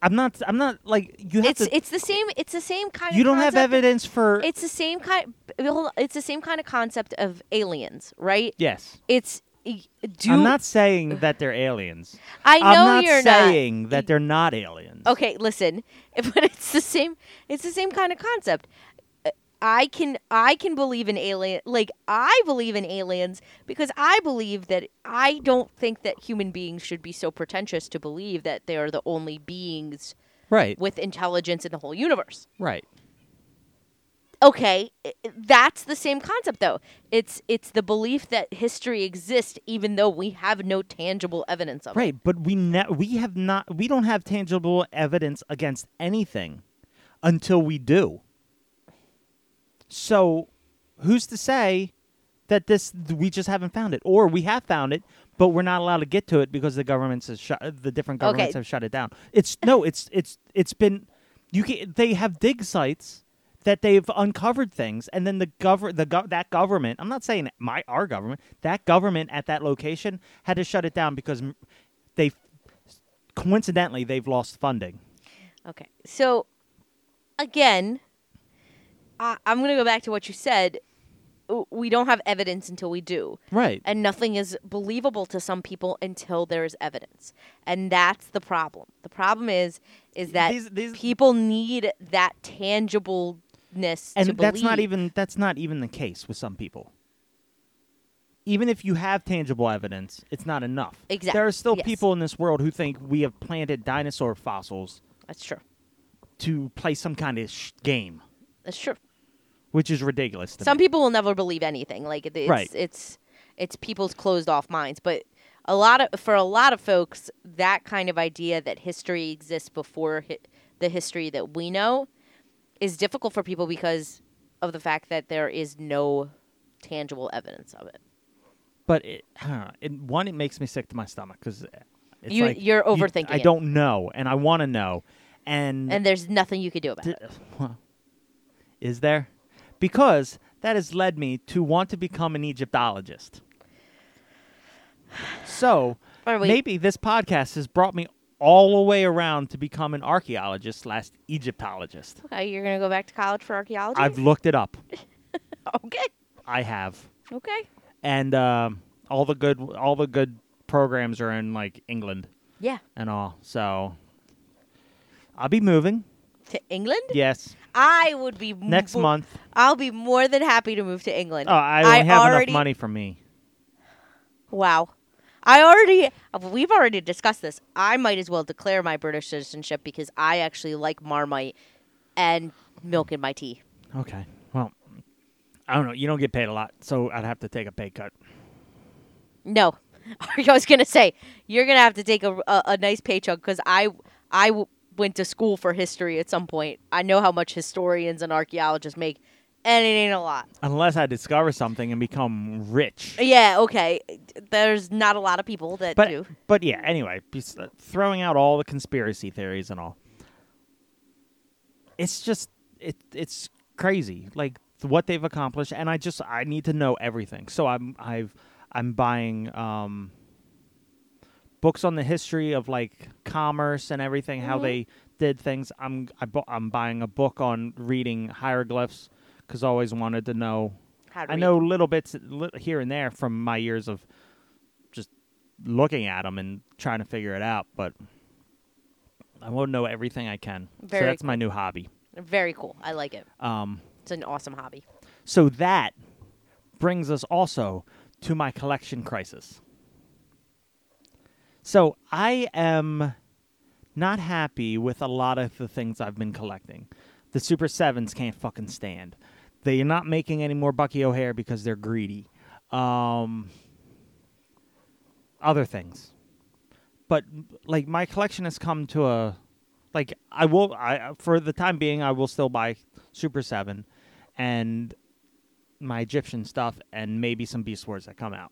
Speaker 2: I'm not I'm not like you have
Speaker 1: it's
Speaker 2: to
Speaker 1: it's the same it's the same kind.
Speaker 2: you
Speaker 1: of
Speaker 2: don't have
Speaker 1: concept-
Speaker 2: evidence for
Speaker 1: It's the same kind. It's the same kind of concept of aliens, right?
Speaker 2: Yes.
Speaker 1: It's y- do
Speaker 2: I'm not saying that they're aliens.
Speaker 1: I know
Speaker 2: am not
Speaker 1: you're
Speaker 2: saying
Speaker 1: not.
Speaker 2: that they're not aliens.
Speaker 1: okay listen but it's the same it's the same kind of concept Uh, i can i can believe in alien like i believe in aliens because i believe that i don't think that human beings should be so pretentious to believe that they are the only beings
Speaker 2: Right.
Speaker 1: with intelligence in the whole universe
Speaker 2: right.
Speaker 1: okay i- i- that's the same concept though it's it's the belief that history exists even though we have no tangible evidence of it
Speaker 2: Right, but we ne- we have not we don't have tangible evidence against anything until we do. So, who's to say that this we just haven't found it or we have found it but we're not allowed to get to it because the governments has shut the different
Speaker 1: Okay.
Speaker 2: governments have shut it down. It's no, it's it's it's been you can they have dig sites that they've uncovered things and then the govern the gov that government I'm not saying my our government that government at that location had to shut it down because m- they coincidentally they've lost funding.
Speaker 1: Okay. So, again, I, I'm going to go back to what you said. W- We don't have evidence until we do.
Speaker 2: Right.
Speaker 1: And nothing is believable to some people until there is evidence. And that's the problem. The problem is is that
Speaker 2: These- these-
Speaker 1: people need that tangible ness
Speaker 2: and
Speaker 1: to
Speaker 2: that's not
Speaker 1: believe.
Speaker 2: even that's not even the case with some people even if you have tangible evidence it's not enough
Speaker 1: Exact-
Speaker 2: there are still
Speaker 1: yes.
Speaker 2: people in this world who think we have planted dinosaur fossils
Speaker 1: That's true.
Speaker 2: to play some kind of sh- game
Speaker 1: That's true.
Speaker 2: which is ridiculous to
Speaker 1: Some
Speaker 2: me.
Speaker 1: people will never believe anything. Like it- it's
Speaker 2: Right.
Speaker 1: it's it's people's closed off minds, but a lot of for a lot of folks that kind of idea that history exists before hi- the history that we know is difficult for people because of the fact that there is no tangible evidence of it.
Speaker 2: but it, huh, it, one it makes me sick to my stomach because it's
Speaker 1: You-
Speaker 2: like,
Speaker 1: you're
Speaker 2: you-
Speaker 1: overthinking
Speaker 2: i
Speaker 1: it.
Speaker 2: don't know and i want to know and
Speaker 1: And there's nothing you could do about
Speaker 2: D-
Speaker 1: it.
Speaker 2: well, is there? Because that has led me to want to become an Egyptologist. So
Speaker 1: Or wait.
Speaker 2: maybe this podcast has brought me all the way around to become an archaeologist slash Egyptologist.
Speaker 1: Okay, you're going to go back to college for archaeology?
Speaker 2: I've looked it up.
Speaker 1: okay.
Speaker 2: I have,
Speaker 1: Okay.
Speaker 2: and um, all the good all the good programs are in like England
Speaker 1: Yeah.
Speaker 2: and all. So I'll be moving.
Speaker 1: To England?
Speaker 2: Yes,
Speaker 1: I would be
Speaker 2: next
Speaker 1: mo-
Speaker 2: month.
Speaker 1: I'll be more than happy to move to England.
Speaker 2: Oh, I don't have
Speaker 1: already,
Speaker 2: enough money for me.
Speaker 1: Wow. I already we've already discussed this. I might as well declare my British citizenship because I actually like Marmite and milk in my tea.
Speaker 2: Okay. Well, I don't know. You don't get paid a lot, so I'd have to take a pay cut.
Speaker 1: No, I was gonna say you're gonna have to take a a, a nice pay chunk because I I w- went to school for history at some point. I know how much historians and archaeologists make, and it ain't a lot.
Speaker 2: Unless I discover something and become rich.
Speaker 1: Yeah, okay. There's not a lot of people that
Speaker 2: But
Speaker 1: do.
Speaker 2: but yeah, anyway, bes- uh, throwing out all the conspiracy theories and all. It's just it it's crazy. Like th- what they've accomplished and I just I need to know everything. So I'm I've I'm buying um books on the history of like commerce and everything, how
Speaker 1: Mm-hmm.
Speaker 2: they did things. I'm I bu- I'm buying a book on reading hieroglyphs because I always wanted to know.
Speaker 1: How to
Speaker 2: I
Speaker 1: read.
Speaker 2: know little bits li- here and there from my years of just looking at them and trying to figure it out, but I won't know everything I can.
Speaker 1: Very
Speaker 2: so that's my new hobby.
Speaker 1: Very cool. I like it.
Speaker 2: Um,
Speaker 1: It's an awesome hobby.
Speaker 2: so that brings us also to my collection crisis. So I am not happy with a lot of the things I've been collecting. The Super Sevens can't fucking stand. They're not making any more Bucky O'Hare because they're greedy. Um, other things, but like my collection has come to a like I will I for the time being I will still buy Super Seven, and my Egyptian stuff and maybe some Beast Wars that come out.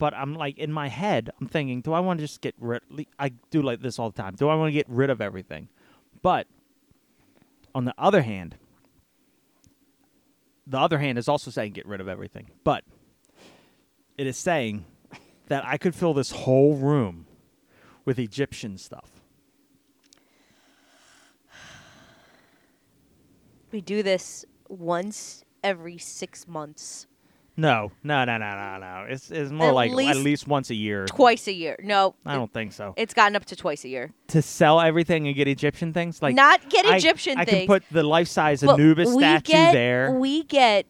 Speaker 2: But I'm like in my head, I'm thinking, do I want to just get rid? le- I do like this all the time. Do I want to get rid of everything? But on the other hand, the other hand is also saying get rid of everything. But it is saying that I could fill this whole room with Egyptian stuff.
Speaker 1: We do this once every six months,
Speaker 2: No, no, no, no, no, no. It's it's more
Speaker 1: At
Speaker 2: like at
Speaker 1: least
Speaker 2: least once a year.
Speaker 1: twice a year. No,
Speaker 2: I don't think so.
Speaker 1: it's gotten up to twice a year.
Speaker 2: to sell everything and get Egyptian things? Like
Speaker 1: Not get
Speaker 2: I-
Speaker 1: Egyptian
Speaker 2: I,
Speaker 1: things.
Speaker 2: can put the life size
Speaker 1: But
Speaker 2: Anubis
Speaker 1: we
Speaker 2: statue
Speaker 1: get-
Speaker 2: there.
Speaker 1: We get,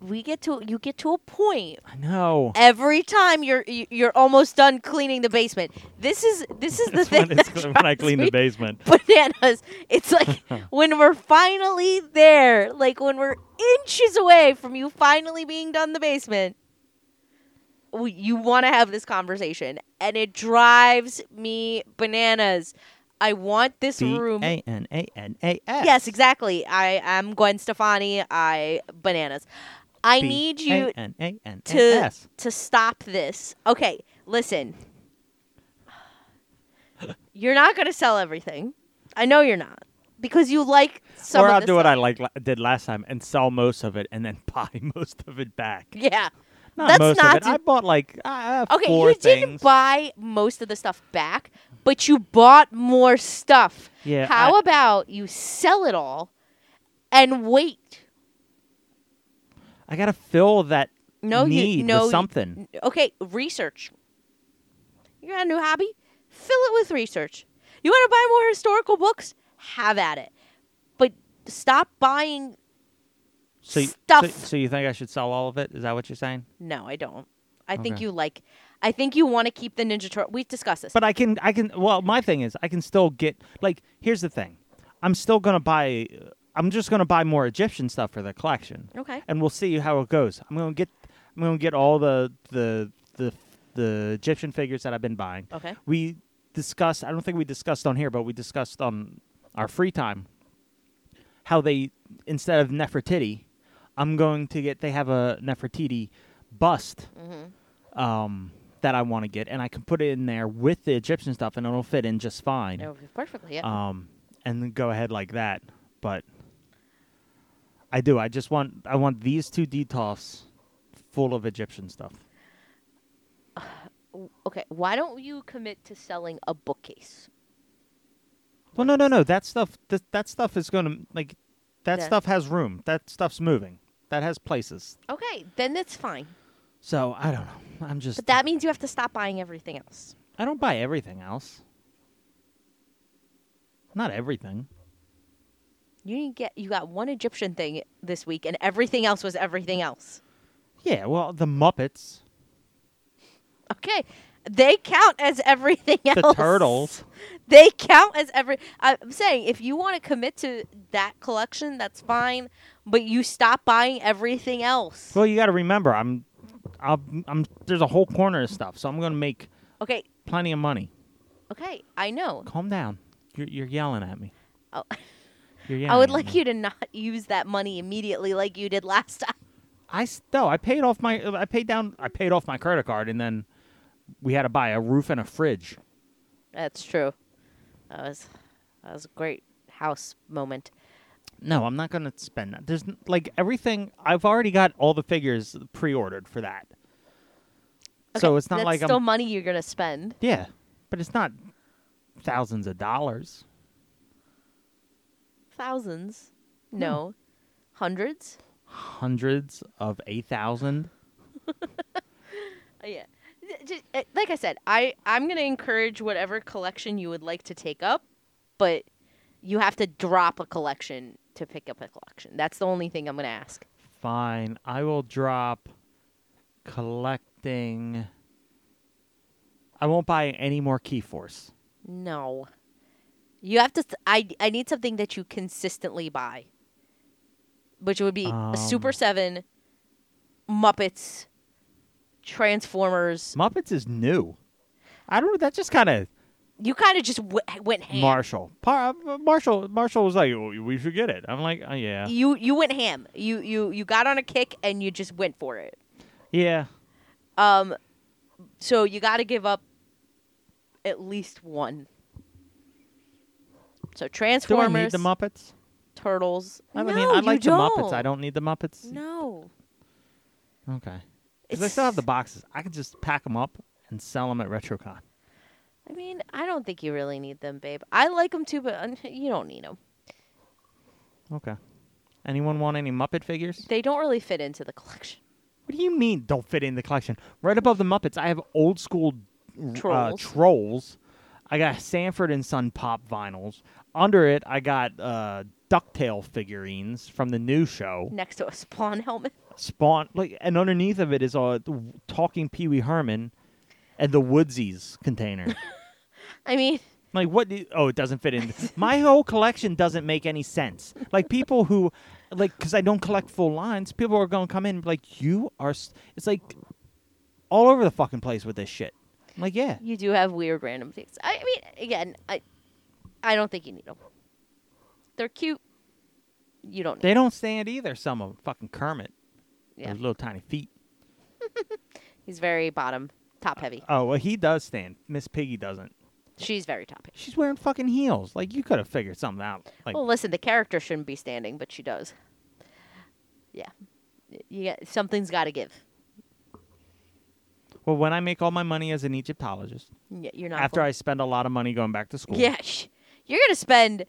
Speaker 1: we get to you get to a point
Speaker 2: I know.
Speaker 1: every time you're you- you're almost done cleaning the basement. This is this is the
Speaker 2: That's
Speaker 1: thing
Speaker 2: when, it's,
Speaker 1: that
Speaker 2: when I
Speaker 1: drives
Speaker 2: clean
Speaker 1: me
Speaker 2: the basement.
Speaker 1: Bananas. It's like when we're finally there, like when we're inches away from you finally being done the basement. we- You want to have this conversation, and it drives me bananas. I want this
Speaker 2: B
Speaker 1: room.
Speaker 2: A N A N A S.
Speaker 1: Yes, exactly. I am Gwen Stefani. I bananas. I need you to
Speaker 2: B-A-N-A-N-A-S.
Speaker 1: to stop this. Okay, listen. you're not gonna sell everything. I know you're not because you like some.
Speaker 2: Or
Speaker 1: of
Speaker 2: I'll
Speaker 1: this
Speaker 2: do what I
Speaker 1: stuff.
Speaker 2: like la- did last time and sell most of it and then buy most of it back.
Speaker 1: Yeah.
Speaker 2: Not
Speaker 1: That's
Speaker 2: most
Speaker 1: not
Speaker 2: of it. I bought like uh,
Speaker 1: Okay,
Speaker 2: four
Speaker 1: you
Speaker 2: things.
Speaker 1: didn't buy most of the stuff back, but you bought more stuff.
Speaker 2: Yeah,
Speaker 1: How
Speaker 2: I-
Speaker 1: about you sell it all and wait?
Speaker 2: I gotta fill that
Speaker 1: No, you-
Speaker 2: need
Speaker 1: no, you-
Speaker 2: with something.
Speaker 1: Okay, research. You got a new hobby? Fill it with research. You want to buy more historical books? Have at it. But stop buying
Speaker 2: So, y-
Speaker 1: Stuff.
Speaker 2: so so you think I should sell all of it? Is that what you're saying?
Speaker 1: No, I don't. I think
Speaker 2: Okay.
Speaker 1: you like. I think you want to keep the Ninja Turtle. We've discussed this.
Speaker 2: But I can I can well my thing is I can still get like here's the thing. I'm still going to buy I'm just going to buy more Egyptian stuff for the collection.
Speaker 1: okay.
Speaker 2: and we'll see how it goes. I'm gonna get I'm gonna get all the the the the Egyptian figures that I've been buying.
Speaker 1: Okay.
Speaker 2: We discussed. I don't think we discussed on here, but we discussed on our free time how they instead of Nefertiti, I'm going to get. They have a Nefertiti bust.
Speaker 1: Mm-hmm.
Speaker 2: Um. That I want to get, and I can put it in there with the Egyptian stuff, and it'll fit in just fine.
Speaker 1: No, perfectly. Yeah.
Speaker 2: Um, and then go ahead like that, but I do. I just want I want these two DTOFs full of Egyptian stuff.
Speaker 1: W- okay. Why don't you commit to selling a bookcase?
Speaker 2: Well, no, no, no. That stuff that that stuff is gonna like that
Speaker 1: Yeah.
Speaker 2: stuff has room. That stuff's moving. That has places.
Speaker 1: Okay, then that's fine.
Speaker 2: So I don't know. I'm just.
Speaker 1: But that means you have to stop buying everything else.
Speaker 2: I don't buy everything else. Not everything.
Speaker 1: You didn't get. You got one Egyptian thing this week, and everything else was everything else.
Speaker 2: Yeah. Well, the Muppets,
Speaker 1: Okay, they count as everything else.
Speaker 2: the Turtles.
Speaker 1: They count as every. I'm saying if you want to commit to that collection, that's fine. But you stop buying everything else.
Speaker 2: Well, you got to remember, I'm, I'm, I'm. There's a whole corner of stuff, so I'm gonna make
Speaker 1: Okay,
Speaker 2: plenty of money.
Speaker 1: okay, I know.
Speaker 2: Calm down. You're, you're yelling at me.
Speaker 1: Oh.
Speaker 2: You're yelling
Speaker 1: I would
Speaker 2: at
Speaker 1: like
Speaker 2: me.
Speaker 1: you to not use that money immediately like you did last time.
Speaker 2: I s- no. I paid off my. I paid down. I paid off my credit card, and then we had to buy a roof and a fridge.
Speaker 1: That's true. That was that was a great house moment.
Speaker 2: No, I'm not gonna spend that. There's n- like everything. I've already got all the figures pre-ordered for that. so
Speaker 1: Okay,
Speaker 2: it's not
Speaker 1: that's
Speaker 2: like
Speaker 1: still
Speaker 2: I'm.
Speaker 1: money you're gonna spend.
Speaker 2: Yeah, but it's not thousands of dollars.
Speaker 1: Thousands,
Speaker 2: Hmm.
Speaker 1: no, hundreds.
Speaker 2: Hundreds of a thousand.
Speaker 1: Uh, Yeah. Th- j- uh, Like I said, I I'm gonna encourage whatever collection you would like to take up, but you have to drop a collection to pick up a collection. That's the only thing I'm gonna ask.
Speaker 2: Fine. I will drop collecting. I won't buy any more Key Force.
Speaker 1: No. You have to. Th- I I need something that you consistently buy, which would be a Super
Speaker 2: Um.
Speaker 1: Seven, Muppets, Transformers.
Speaker 2: Muppets is new. I don't know. That just kind of
Speaker 1: you kind of just w- went ham.
Speaker 2: Marshall. Par- uh, Marshall. Marshall was like, "Oh, "We should get it." I'm like, oh, "Yeah,
Speaker 1: You you went ham. You you you got on a kick and you just went for it.
Speaker 2: yeah."
Speaker 1: Um, so you got to give up at least one. So
Speaker 2: Do I
Speaker 1: Transformers,
Speaker 2: need the Muppets?
Speaker 1: Turtles.
Speaker 2: I
Speaker 1: no,
Speaker 2: mean, I
Speaker 1: you
Speaker 2: like the
Speaker 1: don't.
Speaker 2: Muppets. I don't need the Muppets.
Speaker 1: No,
Speaker 2: Okay. Because I still have the boxes. I can just pack them up and sell them at RetroCon.
Speaker 1: I mean, I don't think you really need them, babe. I like them too, but uh, you don't need them.
Speaker 2: Okay. Anyone want any Muppet figures?
Speaker 1: They don't really fit into the collection.
Speaker 2: What do you mean don't fit in the collection? Right above the Muppets, I have old school r- Uh,
Speaker 1: Trolls.
Speaker 2: trolls. I got Sanford and Son pop vinyls. Under it, I got uh, Ducktail figurines from the new show.
Speaker 1: Next to a Spawn helmet.
Speaker 2: Spawn, like, and underneath of it is a talking Pee Wee Herman and the Woodsies container.
Speaker 1: I mean,
Speaker 2: Like what? Do oh, it doesn't fit in. My whole collection doesn't make any sense. Like people who, like, because I don't collect full lines, people are gonna come in and be like, "You are." s-" It's like all over the fucking place with this shit. I'm like, yeah,
Speaker 1: you do have weird random things. I I mean, again, I I don't think you need them. They're cute. You don't need.
Speaker 2: they don't stand either. Some of 'em. fucking Kermit, with
Speaker 1: yeah,
Speaker 2: his little tiny feet.
Speaker 1: he's very bottom top heavy.
Speaker 2: Oh well, he does stand. Miss Piggy doesn't.
Speaker 1: She's very top heavy.
Speaker 2: She's wearing fucking heels. Like you could have figured something out. Like
Speaker 1: Well, listen, the character shouldn't be standing, but she does. Yeah, Y- you got- something's got to give.
Speaker 2: well, when I make all my money as an Egyptologist,
Speaker 1: Y- You're not
Speaker 2: after
Speaker 1: going-
Speaker 2: I spend a lot of money going back to school,
Speaker 1: Yeah, sh- you're gonna spend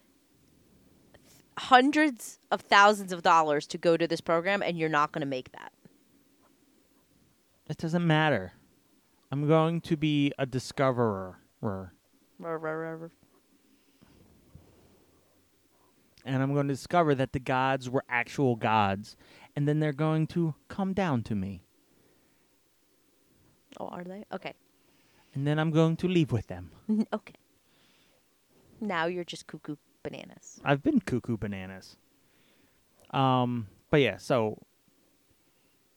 Speaker 1: hundreds of thousands of dollars to go to this program, and you're not gonna make that.
Speaker 2: It doesn't matter. I'm going to be a discoverer.
Speaker 1: Rrr, rrr, rrr, rrr.
Speaker 2: and I'm going to discover that the gods were actual gods, and then they're going to come down to me,
Speaker 1: Oh, are they? Okay.
Speaker 2: and then I'm going to leave with them.
Speaker 1: N- okay. Now you're just cuckoo bananas.
Speaker 2: I've been cuckoo bananas. Um, but yeah, so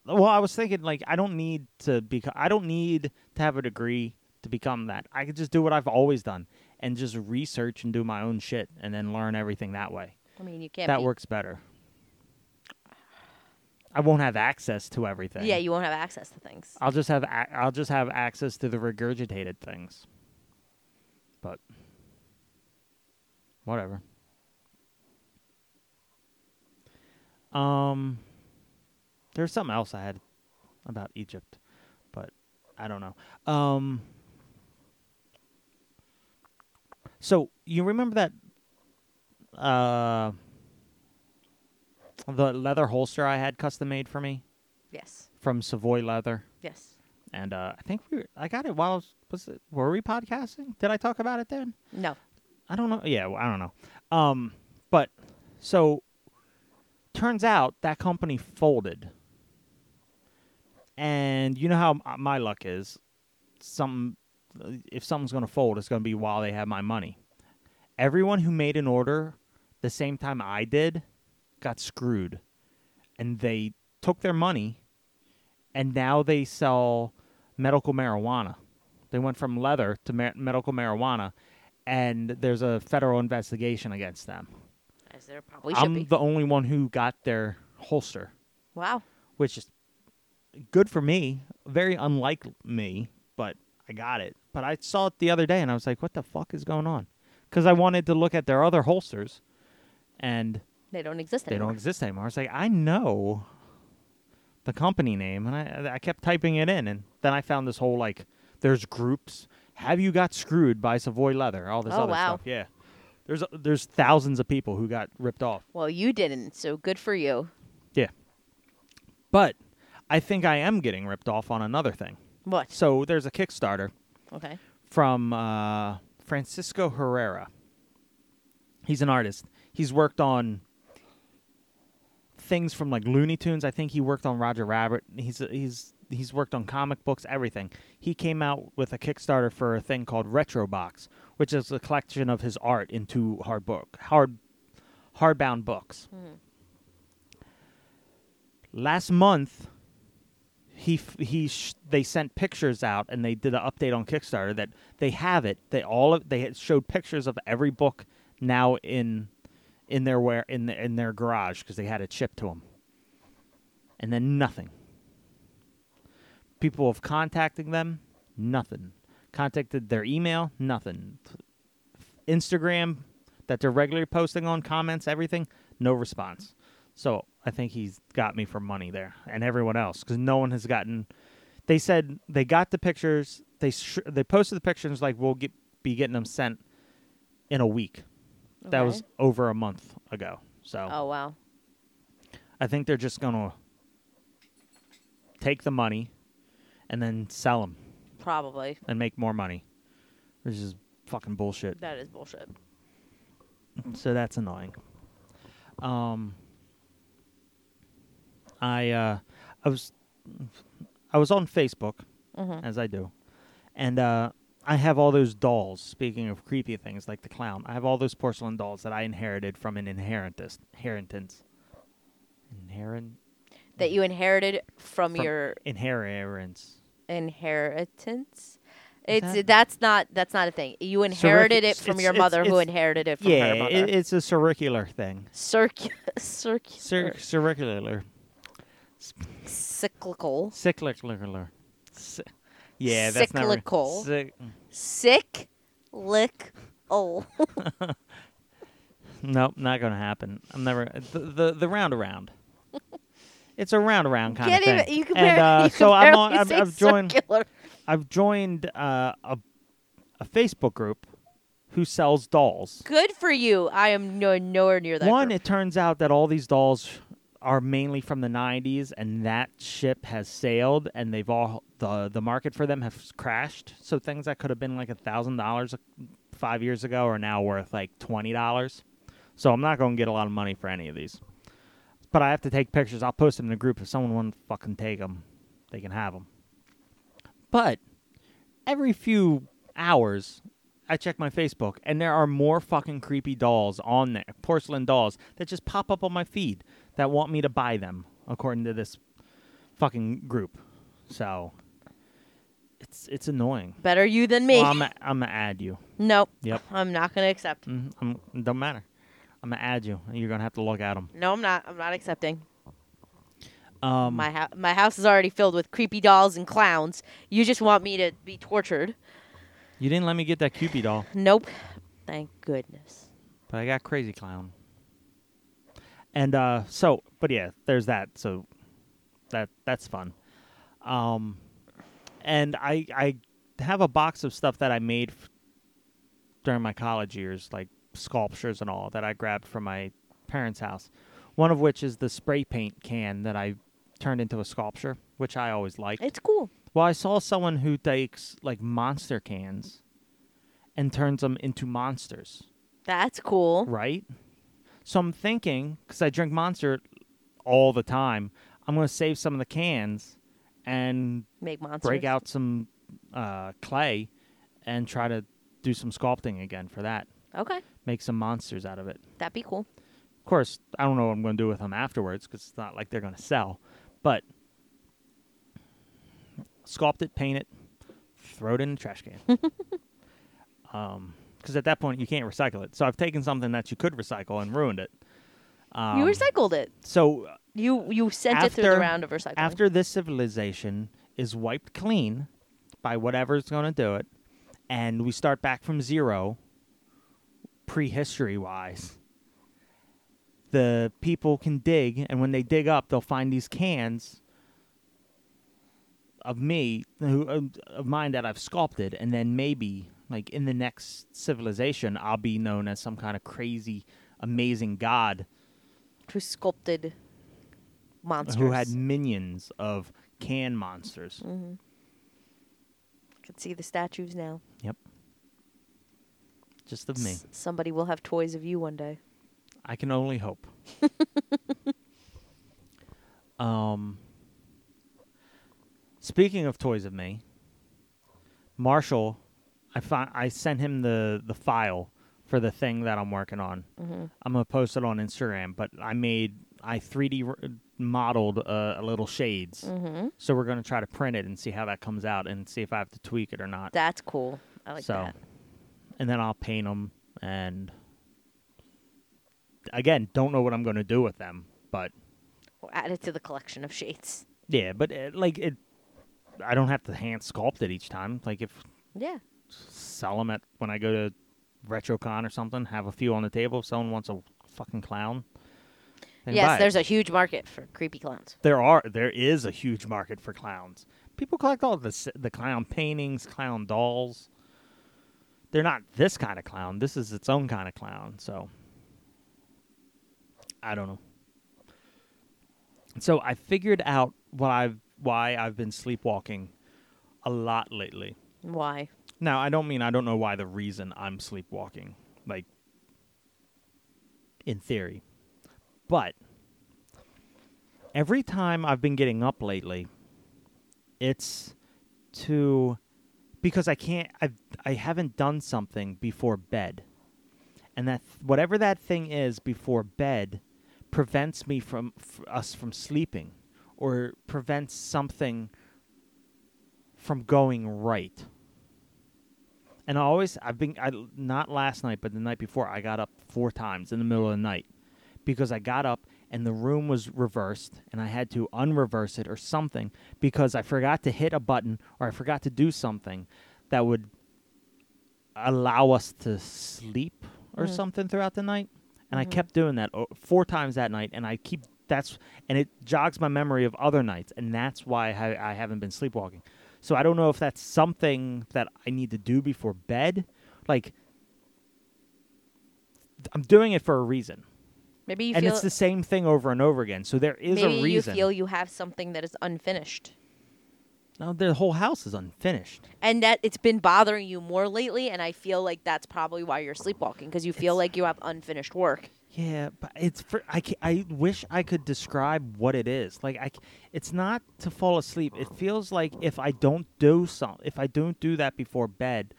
Speaker 2: well, I was thinking like I don't need to become I don't need to have a degree to become that. I could just do what I've always done and just research and do my own shit and then learn everything that way.
Speaker 1: I mean, you can't.
Speaker 2: that
Speaker 1: be-
Speaker 2: works better. I won't have access to everything.
Speaker 1: Yeah, you won't have access to things.
Speaker 2: I'll just have ac- I'll just have access to the regurgitated things. But whatever. Um there's something else I had about Egypt, but I don't know. Um So, you remember that uh the leather holster I had custom made for me
Speaker 1: Yes.
Speaker 2: from Savoy Leather?
Speaker 1: Yes.
Speaker 2: and uh, I think we were, I got it while I was, was it, were we podcasting? Did I talk about it then?
Speaker 1: No.
Speaker 2: I don't know. Yeah, well, I don't know. Um, but so turns out that company folded, and you know how m- my luck is. Some if something's going to fold, it's going to be while they have my money. Everyone who made an order the same time I did got screwed, and they took their money, and now they sell medical marijuana. They went from leather to ma- medical marijuana, and there's a federal investigation against them.
Speaker 1: As there probably should
Speaker 2: I'm
Speaker 1: be.
Speaker 2: the only one who got their holster,
Speaker 1: wow.
Speaker 2: which is good for me. Very unlike me, but I got it. But I saw it the other day, and I was like, "What the fuck is going on?" Because I wanted to look at their other holsters, and
Speaker 1: They don't exist
Speaker 2: they
Speaker 1: anymore.
Speaker 2: don't exist anymore. I was like, I know the company name, and I I kept typing it in, and then I found this whole like, there's groups. Have you got screwed by Savoy Leather? All this
Speaker 1: Oh,
Speaker 2: other
Speaker 1: wow.
Speaker 2: stuff. Yeah, there's there's thousands of people who got ripped off.
Speaker 1: Well, you didn't, so good for you.
Speaker 2: Yeah, but I think I am getting ripped off on another thing.
Speaker 1: What?
Speaker 2: So there's a Kickstarter
Speaker 1: Okay.
Speaker 2: from uh, Francisco Herrera. He's an artist. He's worked on things from like Looney Tunes. I think he worked on Roger Rabbit. He's he's he's worked on comic books, everything. He came out with a Kickstarter for a thing called Retro Box, which is a collection of his art into hard book hard hardbound books. Last month, he f- he sh- they sent pictures out and they did an update on Kickstarter that they have it. They all of, they had showed pictures of every book now in in their ware in the, in their garage because they had it shipped to them. And then nothing. People have contacted them, nothing. Contacted their email, nothing. Instagram that they're regularly posting on comments, everything, no response. So I think he's got me for money there, and everyone else because no one has gotten. They said they got the pictures. They sh- they posted the pictures like we'll get be getting them sent in a week. That was
Speaker 1: Okay.
Speaker 2: over a month ago. So
Speaker 1: Oh wow.
Speaker 2: I think they're just gonna take the money and then sell them
Speaker 1: Probably.
Speaker 2: and make more money, which is fucking bullshit.
Speaker 1: That is
Speaker 2: Hmm.
Speaker 1: bullshit.
Speaker 2: So that's annoying. Um, I uh, I was I was on Facebook as I do, and uh, I have all those dolls. Speaking of creepy things like the clown, I have all those porcelain dolls that I inherited from an inheritance. Inheritance. Inherent.
Speaker 1: That you inherited from,
Speaker 2: From-
Speaker 1: your
Speaker 2: Inheritance.
Speaker 1: inheritance. It's
Speaker 2: that-
Speaker 1: that's not that's not a thing. You inherited it from
Speaker 2: it's-
Speaker 1: your
Speaker 2: it's-
Speaker 1: mother, who
Speaker 2: it's-
Speaker 1: inherited it from
Speaker 2: Yeah,
Speaker 1: her mother.
Speaker 2: it, it's a circular thing.
Speaker 1: Circu- circular,
Speaker 2: Cir- circular.
Speaker 1: cyclical,
Speaker 2: Cyclical. Cy- yeah, that's not re-
Speaker 1: Cyclical.
Speaker 2: Cy-
Speaker 1: sick, lick, oh.
Speaker 2: Nope, not gonna happen. I'm never the the, the round around. it's a round around kind
Speaker 1: Can't
Speaker 2: of thing.
Speaker 1: even. You can
Speaker 2: and
Speaker 1: barely-
Speaker 2: uh,
Speaker 1: you can
Speaker 2: so I'm
Speaker 1: barely
Speaker 2: on. I've,
Speaker 1: say
Speaker 2: I've joined.
Speaker 1: circular.
Speaker 2: I've joined uh, a a Facebook group who sells dolls.
Speaker 1: Good for you. I am no, nowhere near that.
Speaker 2: One,
Speaker 1: group.
Speaker 2: it turns out that all these dolls are mainly from the '90s, and that ship has sailed, and they've all the the market for them have crashed. So uh, things that could have been like a thousand dollars five years ago are now worth like twenty dollars. So I'm not going to get a lot of money for any of these. But I have to take pictures. I'll post them in the group. If someone wants to fucking take them, they can have them. But every few hours, I check my Facebook, and there are more fucking creepy dolls on there, porcelain dolls that just pop up on my feed that want me to buy them, according to this fucking group. So it's it's annoying.
Speaker 1: Better you than me.
Speaker 2: Well, I'm gonna- I'm gonna add you.
Speaker 1: nope.
Speaker 2: Yep.
Speaker 1: I'm not gonna accept.
Speaker 2: Mm, I'm, don't matter. I'm gonna add you, and you're gonna have to look at them.
Speaker 1: No, I'm not. I'm not accepting.
Speaker 2: Um,
Speaker 1: My ho- my house is already filled with creepy dolls and clowns. You just want me to be tortured.
Speaker 2: you didn't let me get that Cupid doll,
Speaker 1: Nope. Thank goodness.
Speaker 2: but I got Crazy Clown. And uh, so, but yeah, there's that. So that that's fun. Um, and I I have a box of stuff that I made f- during my college years, like sculptures and all that I grabbed from my parents' house. One of which is the spray paint can that I turned into a sculpture, which I always liked.
Speaker 1: It's cool.
Speaker 2: Well, I saw someone who takes like monster cans and turns them into monsters,
Speaker 1: That's cool.
Speaker 2: right? So I'm thinking, because I drink monster all the time, I'm going to save some of the cans and
Speaker 1: Make monsters.
Speaker 2: break out some uh, clay and try to do some sculpting again for that.
Speaker 1: Okay.
Speaker 2: Make some monsters out of it.
Speaker 1: That'd be cool.
Speaker 2: Of course, I don't know what I'm going to do with them afterwards because it's not like they're going to sell. But sculpt it, paint it, throw it in the trash can. Because at that point, you can't recycle it. So I've taken something that you could recycle and ruined it. Um,
Speaker 1: you recycled it.
Speaker 2: So uh,
Speaker 1: You you sent it through the
Speaker 2: after-
Speaker 1: round of recycling.
Speaker 2: after this civilization is wiped clean by whatever's going to do it, and we start back from zero, prehistory wise, the people can dig, and when they dig up, they'll find these cans of me, who, of- of mine that I've sculpted, and then maybe, like in the next civilization, I'll be known as some kind of crazy, amazing god
Speaker 1: who sculpted monsters.
Speaker 2: who had minions of can monsters.
Speaker 1: I can see the statues now.
Speaker 2: Yep. Just of me.
Speaker 1: S- somebody will have toys of you one day.
Speaker 2: I can only hope. um, speaking of toys of me, Marshall, I fi- I sent him the the file for the thing that I'm working on. I'm gonna post it on Instagram, but I made I 3D r- modeled uh, a little shades,
Speaker 1: Mm-hmm.
Speaker 2: so we're gonna try to print it and see how that comes out and see if I have to tweak it or not.
Speaker 1: That's cool. I like
Speaker 2: so,
Speaker 1: that.
Speaker 2: and then I'll paint them. And again, don't know what I'm going to do with them, but
Speaker 1: Or add it to the collection of shades.
Speaker 2: yeah, but it, like it, I don't have to hand sculpt it each time. Like if
Speaker 1: Yeah.
Speaker 2: sell them at when I go to RetroCon or something, have a few on the table. If someone wants a fucking clown, they can buy
Speaker 1: yes,
Speaker 2: it.
Speaker 1: there's a huge market for creepy clowns.
Speaker 2: there are there is a huge market for clowns. People collect all the s- the clown paintings, clown dolls. They're not this kind of clown. This is its own kind of clown. So I don't know. So I figured out what I've why I've been sleepwalking a lot lately.
Speaker 1: Why?
Speaker 2: Now I don't mean I don't know why the reason I'm sleepwalking, like in theory, but every time I've been getting up lately, it's to because I can't I I haven't done something before bed, and that whatever that thing is before bed prevents me from f- us from sleeping, or prevents something from going right and I always I've been I not last night but the night before I got up four times in the middle of the night because I got up and the room was reversed and I had to unreverse it or something because I forgot to hit a button or I forgot to do something that would allow us to sleep or something throughout the night
Speaker 1: Mm-hmm.
Speaker 2: and I kept doing that o- four times that night and I keep that's and it jogs my memory of other nights and that's why I, I haven't been sleepwalking so I don't know if that's something that I need to do before bed like I'm doing it for a reason
Speaker 1: Maybe you
Speaker 2: and
Speaker 1: feel
Speaker 2: it's the same thing over and over again. So there is
Speaker 1: maybe
Speaker 2: a
Speaker 1: you
Speaker 2: reason.
Speaker 1: feel you have something that is unfinished.
Speaker 2: no, the whole house is unfinished.
Speaker 1: And that it's been bothering you more lately and I feel like that's probably why you're sleepwalking because you feel like you have unfinished work.
Speaker 2: Yeah, but it's for I. ca I wish I could describe what it is. Like I, c- it's not to fall asleep. It feels like if I don't do some, if I don't do that before bed,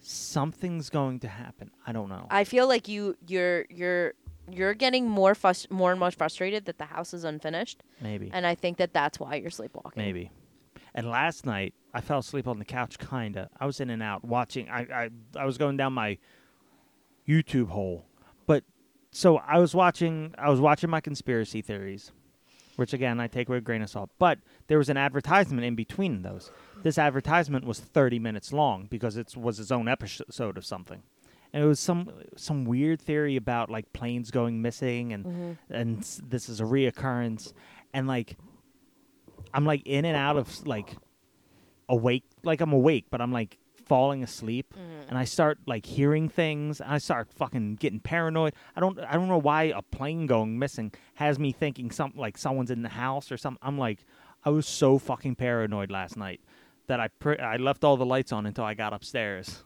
Speaker 2: something's going to happen. I don't know.
Speaker 1: I feel like you you're you're you're getting more frus- more and more frustrated that the house is unfinished,
Speaker 2: maybe,
Speaker 1: and I think that that's why you're sleepwalking.
Speaker 2: maybe. And last night I fell asleep on the couch. Kinda. I was in and out watching. I I, I was going down my YouTube hole, but so I was watching. I was watching my conspiracy theories. which again I take with a grain of salt. But there was an advertisement in between those. This advertisement was 30 minutes long because it was its own episode of something, and it was some some weird theory about like planes going missing and and s- this is a reoccurrence, and like I'm like in and out of like awake, like I'm awake, but I'm like falling asleep and I start like hearing things and I start fucking getting paranoid. I don't I don't know why a plane going missing has me thinking something like someone's in the house or something. I'm like I was so fucking paranoid last night that I pr- I left all the lights on until I got upstairs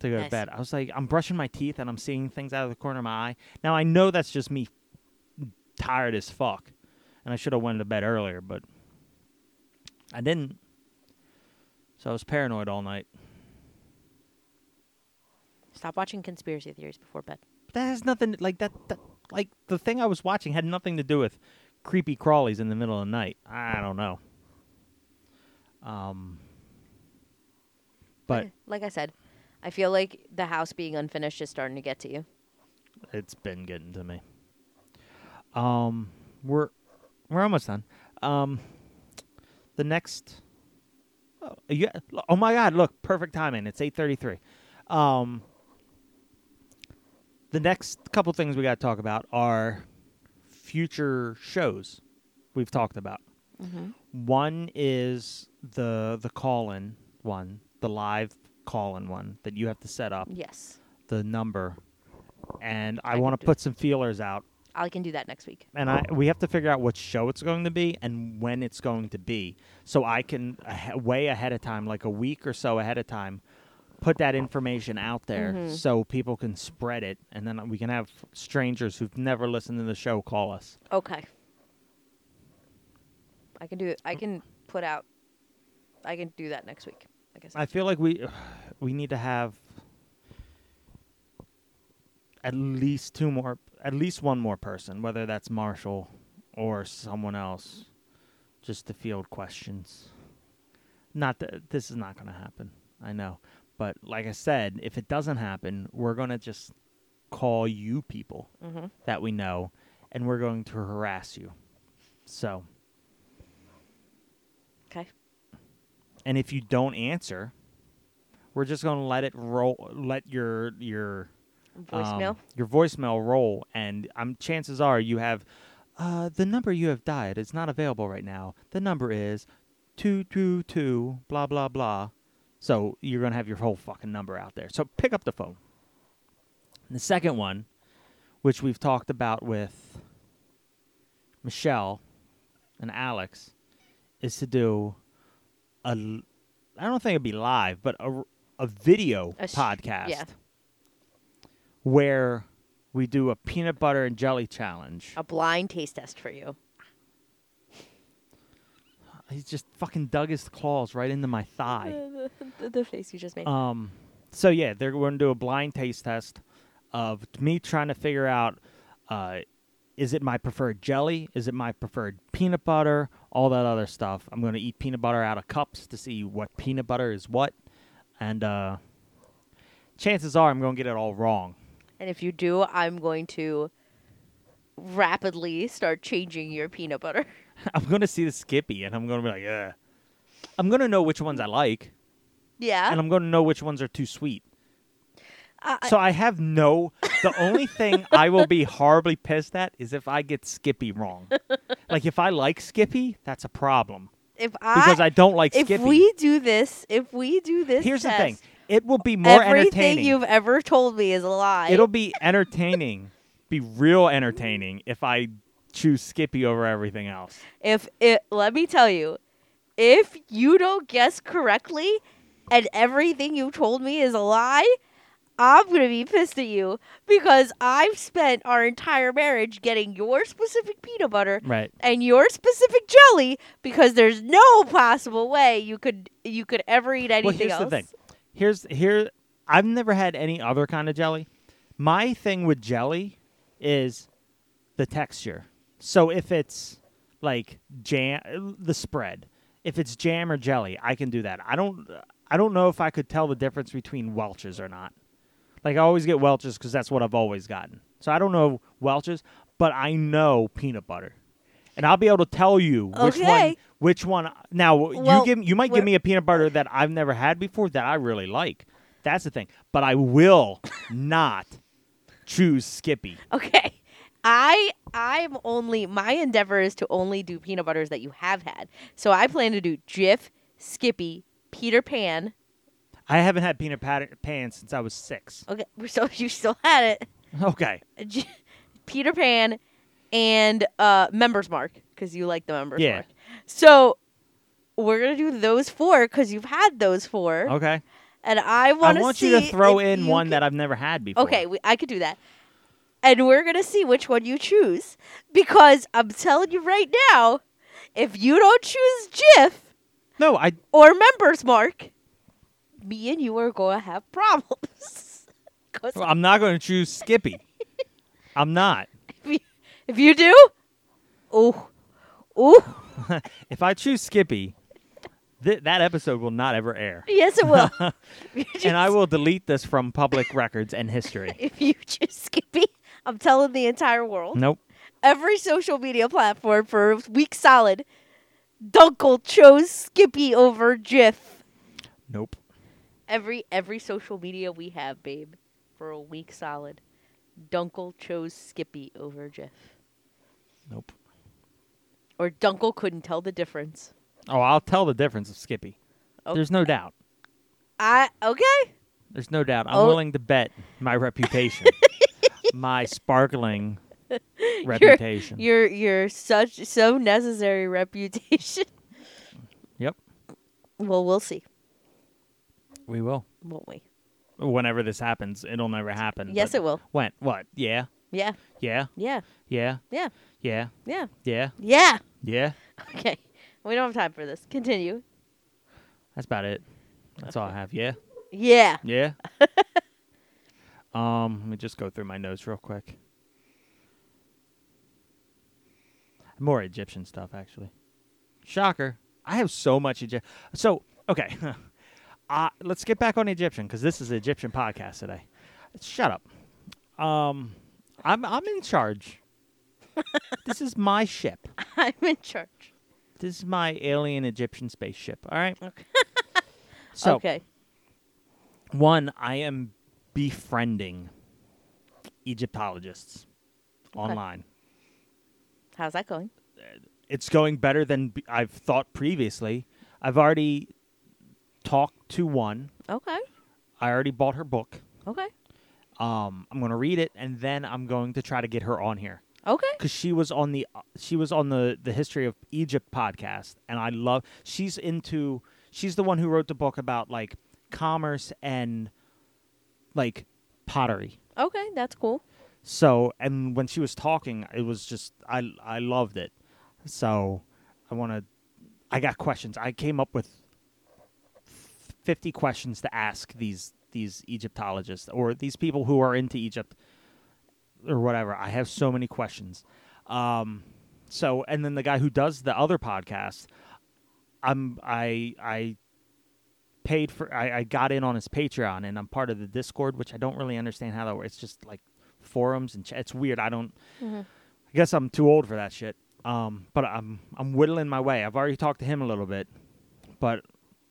Speaker 2: to go
Speaker 1: Nice.
Speaker 2: to bed. I was like I'm brushing my teeth and I'm seeing things out of the corner of my eye. Now I know that's just me tired as fuck and I should have went to bed earlier, but I didn't. So I was paranoid all night.
Speaker 1: Stop watching conspiracy theories before bed.
Speaker 2: But that has nothing like that, that. Like the thing I was watching had nothing to do with creepy crawlies in the middle of the night. I don't know. Um. But
Speaker 1: Like I said, I feel like the house being unfinished is starting to get to you.
Speaker 2: it's been getting to me. Um, we're we're almost done. Um, the next. Oh, yeah. lo- Oh my God! Look, perfect timing. It's eight thirty-three. Um, the next couple things we got to talk about are future shows we've talked about. One is the the call-in one, the live call-in one that you have to set up
Speaker 1: Yes,
Speaker 2: the number, and I,
Speaker 1: I
Speaker 2: want
Speaker 1: can
Speaker 2: to
Speaker 1: do
Speaker 2: put some feelers out.
Speaker 1: I can do that next week.
Speaker 2: And I we have to figure out what show it's going to be and when it's going to be, so I can ahe- way ahead of time, like a week or so ahead of time, put that information out there so people can spread it, and then we can have strangers who've never listened to the show call us.
Speaker 1: Okay. I can do it. I can put out. I can do that next week. I guess.
Speaker 2: I feel like we we need to have at least two more, at least one more person, whether that's Marshall or someone else, just to field questions. Not that this is not going to happen. I know, but like I said, if it doesn't happen, we're going to just call you people that we know, and we're going to harass you. So.
Speaker 1: okay.
Speaker 2: and if you don't answer, we're just gonna let it roll. Let your your um,
Speaker 1: Voicemail.
Speaker 2: your voicemail roll, and um, chances are you have uh, the number you have dialed is not available right now. The number is two two two blah blah blah. So you're gonna have your whole fucking number out there. So pick up the phone. And the second one, which we've talked about with Michelle and Alex, is to do a l- I don't think it'd be live, but a, r- a video
Speaker 1: A sh-
Speaker 2: podcast
Speaker 1: yeah.
Speaker 2: where we do a peanut butter and jelly challenge.
Speaker 1: A blind taste test for you.
Speaker 2: He just fucking dug his claws right into my thigh.
Speaker 1: The, the- the face you just made.
Speaker 2: Um, so yeah, they're going to do a blind taste test of me trying to figure out, uh, is it my preferred jelly? Is it my preferred peanut butter? All that other stuff. I'm going to eat peanut butter out of cups to see what peanut butter is what, and uh, chances are I'm going to get it all wrong.
Speaker 1: and if you do, I'm going to rapidly start changing your peanut butter.
Speaker 2: I'm going to see the Skippy, and I'm going to be like, yeah. I'm going to know which ones I like,
Speaker 1: yeah.
Speaker 2: and I'm going to know which ones are too sweet.
Speaker 1: I- I-
Speaker 2: So I have no. The only thing I will be horribly pissed at is if I get Skippy wrong. like if I like Skippy, that's a problem
Speaker 1: if I
Speaker 2: because I, don't like
Speaker 1: if
Speaker 2: Skippy.
Speaker 1: we do this, if we do this,
Speaker 2: Here's the
Speaker 1: test,
Speaker 2: thing: it will be more
Speaker 1: everything
Speaker 2: entertaining.
Speaker 1: you've ever told me is a lie.
Speaker 2: It'll be entertaining, be real entertaining if I choose Skippy over everything else.
Speaker 1: If it, let me tell you, if you don't guess correctly and everything you told me is a lie, I'm going to be pissed at you because I've spent our entire marriage getting your specific peanut butter
Speaker 2: Right.
Speaker 1: and your specific jelly because there's no possible way you could you could ever eat anything
Speaker 2: Well, here's
Speaker 1: else.
Speaker 2: the thing. Here's here. I've never had any other kind of jelly. My thing with jelly is the texture. So if it's like jam, the spread. If it's jam or jelly, I can do that. I don't. I don't know if I could tell the difference between Welch's or not. Like I always get Welch's because that's what I've always gotten. So I don't know Welch's, but I know peanut butter, and I'll be able to tell you which one.
Speaker 1: Okay.
Speaker 2: Which one? Now
Speaker 1: Well,
Speaker 2: you give you might give
Speaker 1: we're-
Speaker 2: me a peanut butter that I've never had before that I really like. That's the thing. But I will not choose Skippy.
Speaker 1: Okay. I I'm only my endeavor is to only do peanut butters that you have had. So I plan to do Jif, Skippy, Peter Pan.
Speaker 2: I haven't had peanut pat- pan since I was six.
Speaker 1: Okay, so if you still had it.
Speaker 2: Okay.
Speaker 1: J- Peter Pan and uh, Members Mark because you like the Members
Speaker 2: Yeah.
Speaker 1: Mark. So we're gonna do those four because you've had those four,
Speaker 2: Okay.
Speaker 1: and I
Speaker 2: Oh, I
Speaker 1: want to.
Speaker 2: want you to throw in one that I've never had before.
Speaker 1: Okay, we, I could do that, and we're gonna see which one you choose because I'm telling you right now, if you don't choose Jif
Speaker 2: No, I
Speaker 1: or Members Mark, me and you are gonna have problems. 'Cause
Speaker 2: I'm not going to choose Skippy. I'm not.
Speaker 1: if you, if you do, oh, oh.
Speaker 2: If I choose Skippy, th- that episode will not ever air.
Speaker 1: Yes, it will. You
Speaker 2: And I
Speaker 1: just-
Speaker 2: will delete this from public records and history.
Speaker 1: If you choose Skippy, I'm telling the entire world,
Speaker 2: Nope.
Speaker 1: every social media platform for a week solid, Dunkel chose Skippy over Jif.
Speaker 2: Nope.
Speaker 1: Every every social media we have, babe, for a week solid, Dunkel chose Skippy over Jif,
Speaker 2: Nope.
Speaker 1: or Dunkel couldn't tell the difference.
Speaker 2: Oh, I'll tell the difference of Skippy.
Speaker 1: Oh.
Speaker 2: There's no doubt.
Speaker 1: I okay.
Speaker 2: There's no doubt. I'm
Speaker 1: Oh.
Speaker 2: willing to bet my reputation, my sparkling reputation.
Speaker 1: Your your such so necessary reputation.
Speaker 2: Yep,
Speaker 1: well, we'll see,
Speaker 2: we will.
Speaker 1: won't we?
Speaker 2: Whenever this happens, it'll never happen.
Speaker 1: Yes,
Speaker 2: but
Speaker 1: it will.
Speaker 2: When? What? Yeah,
Speaker 1: Yeah,
Speaker 2: yeah,
Speaker 1: yeah,
Speaker 2: yeah,
Speaker 1: yeah,
Speaker 2: yeah,
Speaker 1: yeah,
Speaker 2: yeah,
Speaker 1: yeah.
Speaker 2: yeah.
Speaker 1: Okay. We don't have time for this. Continue.
Speaker 2: That's about it. That's all I have. Yeah,
Speaker 1: Yeah.
Speaker 2: yeah. um, let me just go through my notes real quick. More Egyptian stuff, actually. Shocker. I have so much Egypt. So, okay. uh, let's get back on Egyptian because this is an Egyptian podcast today. Shut up. Um, I'm, I'm in charge. this is my ship.
Speaker 1: I'm in church.
Speaker 2: This is my alien Egyptian spaceship. All right. so,
Speaker 1: okay.
Speaker 2: one, I am befriending Egyptologists online.
Speaker 1: How's that going?
Speaker 2: it's going better than b- I've thought previously. I've already talked to one.
Speaker 1: Okay.
Speaker 2: I already bought her book.
Speaker 1: Okay.
Speaker 2: Um, I'm going to read it, and then I'm going to try to get her on here
Speaker 1: Okay.
Speaker 2: because she was on the she was on the the history of Egypt podcast, and I love. She's into. She's the one who wrote the book about like commerce and like pottery.
Speaker 1: Okay. That's cool.
Speaker 2: So, and when she was talking, it was just I I loved it. So, I want to. I got questions. I came up with fifty questions to ask these these Egyptologists or these people who are into Egypt or whatever. I have so many questions. Um, so, and then the guy who does the other podcast, I'm I I paid for I, I got in on his Patreon and I'm part of the Discord, which I don't really understand how that works. It's just like forums and ch- it's weird. I don't. I guess I'm too old for that shit. Um, but I'm I'm whittling my way. I've already talked to him a little bit, but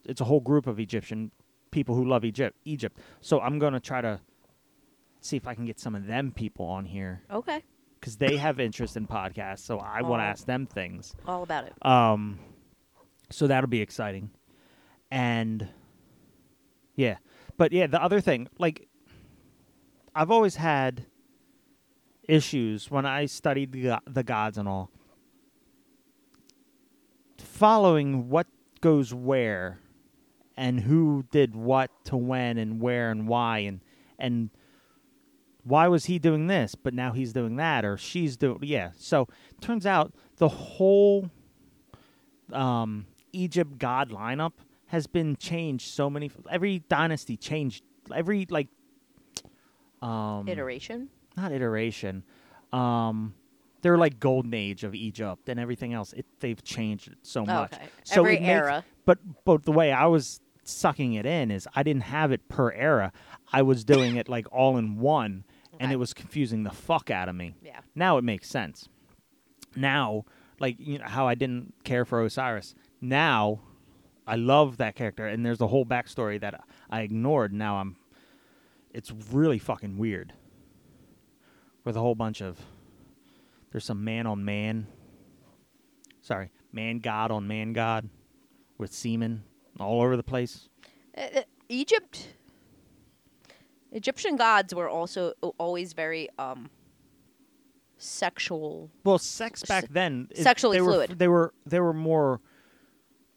Speaker 2: it's a whole group of Egyptian people who love Egypt. Egypt. So I'm gonna try to see if I can get some of them people on here
Speaker 1: Okay.
Speaker 2: because they have interest in podcasts. So I want to
Speaker 1: Oh.
Speaker 2: ask them things.
Speaker 1: All about it.
Speaker 2: Um, so that'll be exciting, and yeah, but yeah, the other thing, like, I've always had issues when I studied the, go- the gods and all, following what goes where, and who did what to when and where and why and and why was he doing this but now he's doing that or she's doing yeah so turns out the whole um, egypt god lineup has been changed so many every dynasty changed every like um
Speaker 1: Iteration.
Speaker 2: not iteration um they're like golden age of egypt and everything else it, they've changed it so much
Speaker 1: Okay.
Speaker 2: so
Speaker 1: Every
Speaker 2: it makes-
Speaker 1: era.
Speaker 2: but but the way i was sucking it in is i didn't have it per era i was doing it like all in one and
Speaker 1: Okay.
Speaker 2: it was confusing the fuck out of me
Speaker 1: Yeah.
Speaker 2: now it makes sense now like you know how i didn't care for osiris now i love that character and there's a whole backstory that i ignored now i'm it's really fucking weird with a whole bunch of there's some man on man sorry man god on man god with semen all over the place
Speaker 1: Uh, uh, Egypt. Egyptian gods were also o- always very um sexual.
Speaker 2: well sex back
Speaker 1: Se-
Speaker 2: then it-
Speaker 1: sexually
Speaker 2: they were,
Speaker 1: fluid.
Speaker 2: they were they were more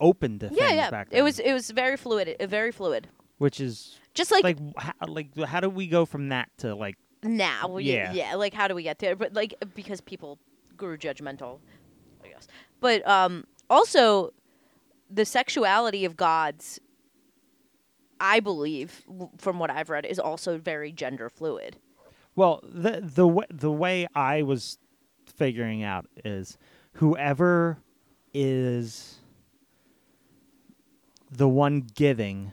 Speaker 2: open to
Speaker 1: Yeah,
Speaker 2: things
Speaker 1: yeah.
Speaker 2: back then
Speaker 1: It was it was very fluid. uh, Very fluid.
Speaker 2: which is
Speaker 1: Just like,
Speaker 2: like how, like how do we go from that to like
Speaker 1: now. y-
Speaker 2: Yeah.
Speaker 1: yeah. Like how do we get there? But like because people grew judgmental, I guess. But um also the sexuality of gods I believe w- from what I've read is also very gender fluid.
Speaker 2: well the the way, the way I was figuring out is whoever is the one giving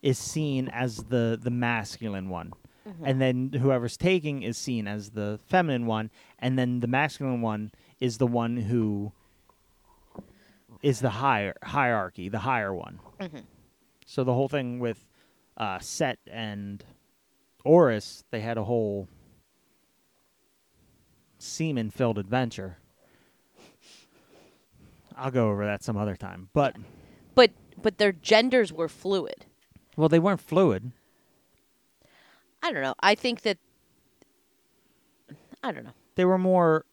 Speaker 2: is seen as the the masculine one and then whoever's taking is seen as the feminine one and then the masculine one is the one who is the higher hierarchy the higher one so the whole thing with uh, set and Oris, they had a whole semen filled adventure. I'll go over that some other time. But
Speaker 1: But but their genders were fluid.
Speaker 2: well, they weren't fluid.
Speaker 1: I don't know. I think that I don't know.
Speaker 2: They were more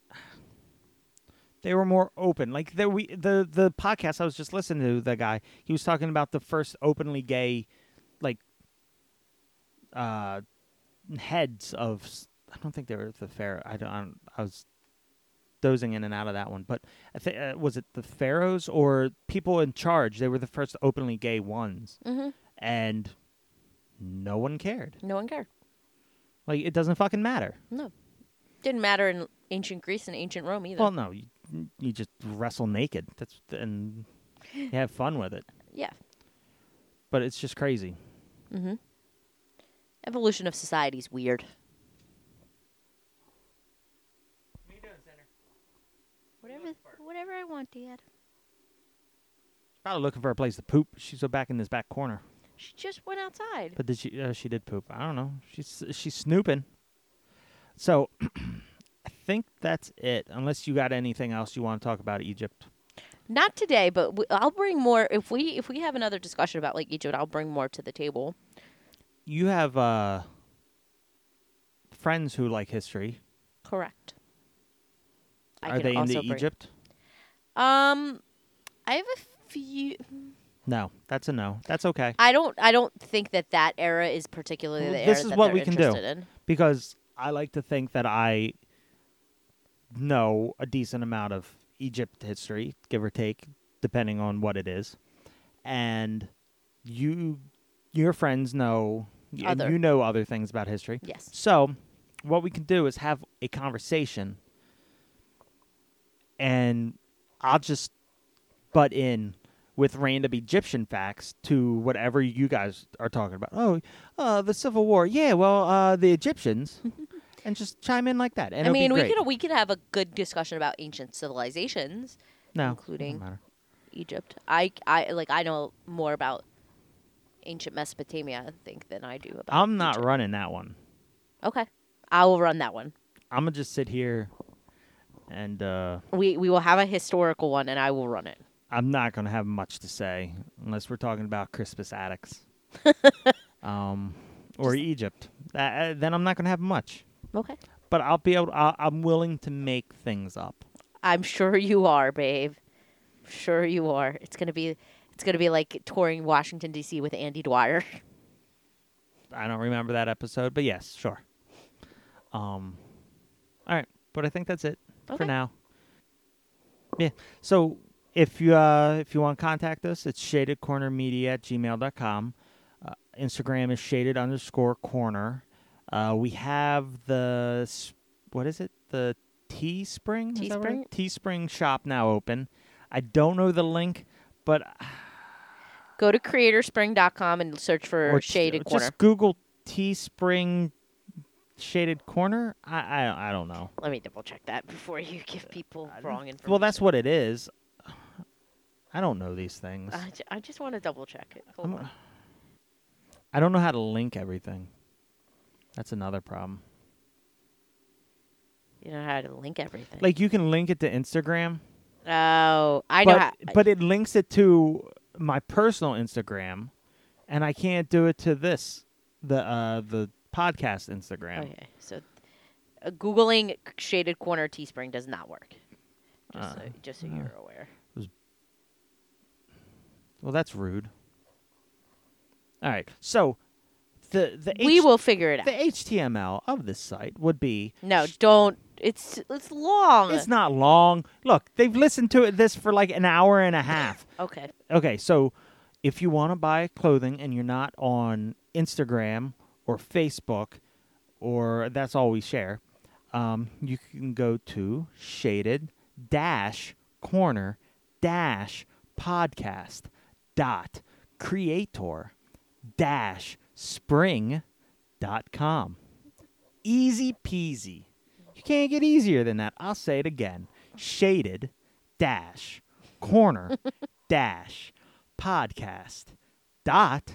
Speaker 2: they were more open. Like there we the the podcast I was just listening to the guy, he was talking about the first openly gay like uh heads of s- I don't think they were the pharaoh. I don't I, don't, I was dozing in and out of that one, but I think uh, was it the pharaohs or people in charge? They were the first openly gay ones.
Speaker 1: Mm-hmm.
Speaker 2: and no one cared.
Speaker 1: No one cared.
Speaker 2: Like it doesn't fucking matter.
Speaker 1: No. Didn't matter in ancient Greece and ancient Rome either.
Speaker 2: Well, no, you, you just wrestle naked. That's and you have fun with it.
Speaker 1: yeah.
Speaker 2: But it's just crazy.
Speaker 1: Evolution of society's weird. Whatever, whatever I want, Dad.
Speaker 2: Probably looking for a place to poop. She's so back in this back corner.
Speaker 1: She just went outside.
Speaker 2: But did she? Uh, she did poop. I don't know. She's she's snooping. So I think that's it. Unless you got anything else you want to talk about Egypt.
Speaker 1: Not today, but w- I'll bring more if we if we have another discussion about like Egypt. I'll bring more to the table.
Speaker 2: You have uh, friends who like history.
Speaker 1: Correct. I
Speaker 2: Are
Speaker 1: can
Speaker 2: they
Speaker 1: also
Speaker 2: into
Speaker 1: bring-
Speaker 2: Egypt?
Speaker 1: Um, I have a few.
Speaker 2: No, that's a no. That's okay.
Speaker 1: I don't. I don't think that that era is particularly
Speaker 2: Well,
Speaker 1: the
Speaker 2: this
Speaker 1: era
Speaker 2: is
Speaker 1: that
Speaker 2: what
Speaker 1: they're
Speaker 2: we can do.
Speaker 1: interested in.
Speaker 2: because I like to think that I know a decent amount of Egypt history, give or take, depending on what it is. And you, your friends know, and
Speaker 1: Other.
Speaker 2: you know other things about history.
Speaker 1: Yes.
Speaker 2: So, what we can do is have a conversation, and I'll just butt in with random Egyptian facts to whatever you guys are talking about. Oh, uh, the Civil War. Yeah, well, uh, the Egyptians, and just chime in like that. And
Speaker 1: I
Speaker 2: it'll be
Speaker 1: mean, we
Speaker 2: great.
Speaker 1: could we could have a good discussion about ancient civilizations,
Speaker 2: no,
Speaker 1: including-
Speaker 2: doesn't matter.
Speaker 1: Egypt. I I like I know more about ancient Mesopotamia, I think, than I do about.
Speaker 2: I'm not
Speaker 1: Egypt.
Speaker 2: running that one.
Speaker 1: Okay, I will run that one.
Speaker 2: I'm gonna just sit here, and uh,
Speaker 1: We we will have a historical one, and I will run it.
Speaker 2: I'm not gonna have much to say unless we're talking about Crispus Attucks, um, or Egypt. Uh, Uh, then I'm not gonna have much.
Speaker 1: Okay,
Speaker 2: But I'll be able. I I'm willing to make things up.
Speaker 1: I'm sure you are, babe. Sure you are. It's gonna be it's gonna be like touring Washington D.C. with Andy Dwyer.
Speaker 2: I don't remember that episode, but yes, sure. Um, all right, but I think that's it for
Speaker 1: Okay.
Speaker 2: now. Yeah. So if you uh, if you want to contact us, it's shadedcornermedia at gmail.com. Uh, Instagram is shaded underscore corner. Uh, we have the s- what is it? The Teespring. Is that right? Teespring shop now open. I don't know the link, but
Speaker 1: Go to creatorspring.com and search for
Speaker 2: or
Speaker 1: Shaded
Speaker 2: just
Speaker 1: Corner.
Speaker 2: Just Google Teespring shaded corner. I I, I don't know.
Speaker 1: Let me double check that before you give people wrong information.
Speaker 2: Uh, Well, that's what it is. I don't know these things.
Speaker 1: I, ju- I just want to double check it. Hold
Speaker 2: I'm-
Speaker 1: on.
Speaker 2: I don't know how to link everything. That's another problem.
Speaker 1: You know how to link everything.
Speaker 2: Like you can link it to Instagram,
Speaker 1: oh, I know.
Speaker 2: but
Speaker 1: How,
Speaker 2: but it links it to my personal Instagram, and I can't do it to this the uh the podcast Instagram.
Speaker 1: okay, so uh, googling Shaded Corner Teespring does not work. Just, so,
Speaker 2: Uh,
Speaker 1: just so you're aware.
Speaker 2: Well, that's rude. All right, so the the
Speaker 1: we
Speaker 2: H-
Speaker 1: will figure it out.
Speaker 2: the HTML of this site would be
Speaker 1: no, don't. It's it's long.
Speaker 2: It's not long. Look, they've listened to it this for like an hour and a half.
Speaker 1: Okay.
Speaker 2: Okay, so if you want to buy clothing and you're not on Instagram or Facebook, or that's all we share, um, you can go to shaded dash corner dash podcast dot creator dash spring dot com. Easy peasy. You can't get easier than that. I'll say it again. Shaded dash corner dash podcast dot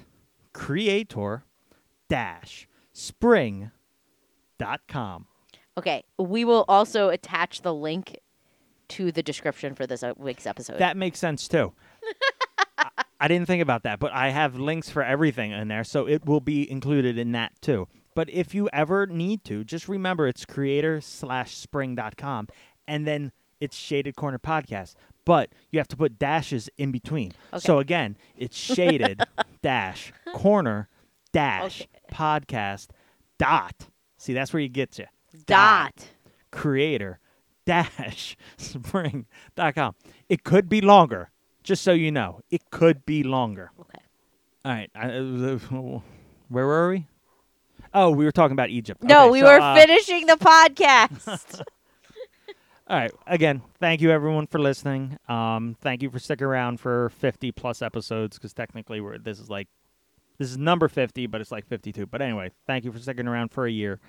Speaker 2: creator dash spring dot com.
Speaker 1: Okay. We will also attach the link to the description for this uh, week's episode.
Speaker 2: That makes sense too. I, I didn't think about that, but I have links for everything in there, so it will be included in that too. But if you ever need to, just remember it's creator slash spring dot com, and then it's Shaded Corner Podcast. But you have to put dashes in between. So again, it's shaded dash corner dash podcast dot. See, that's where you get to
Speaker 1: dot.
Speaker 2: creator dash spring.com. It could be longer, just so you know. It could be longer.
Speaker 1: Okay.
Speaker 2: All right. I, uh, where were we? Oh, we were talking about Egypt.
Speaker 1: No,
Speaker 2: Okay,
Speaker 1: we
Speaker 2: so,
Speaker 1: were
Speaker 2: uh,
Speaker 1: finishing the podcast.
Speaker 2: All right. Again, thank you everyone for listening. Um, thank you for sticking around for 50 plus episodes because technically we're this is like this is number 50, but it's like 52. But anyway, thank you for sticking around for a year,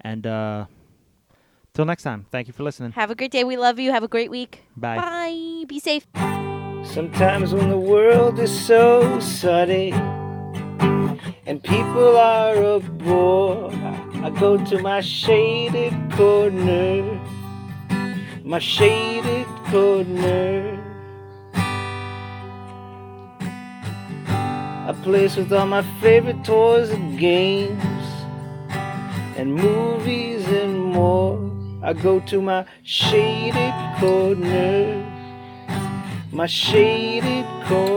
Speaker 2: and uh, till next time, thank you for listening.
Speaker 1: Have a great day. We love you. Have a great week.
Speaker 2: Bye.
Speaker 1: Bye. Be safe.
Speaker 3: Sometimes when the world is so sunny and people are a bore, I go to my shaded corner, my shaded corner, a place with all my favorite toys and games and movies and more. I go to my shaded corner my shaded corner.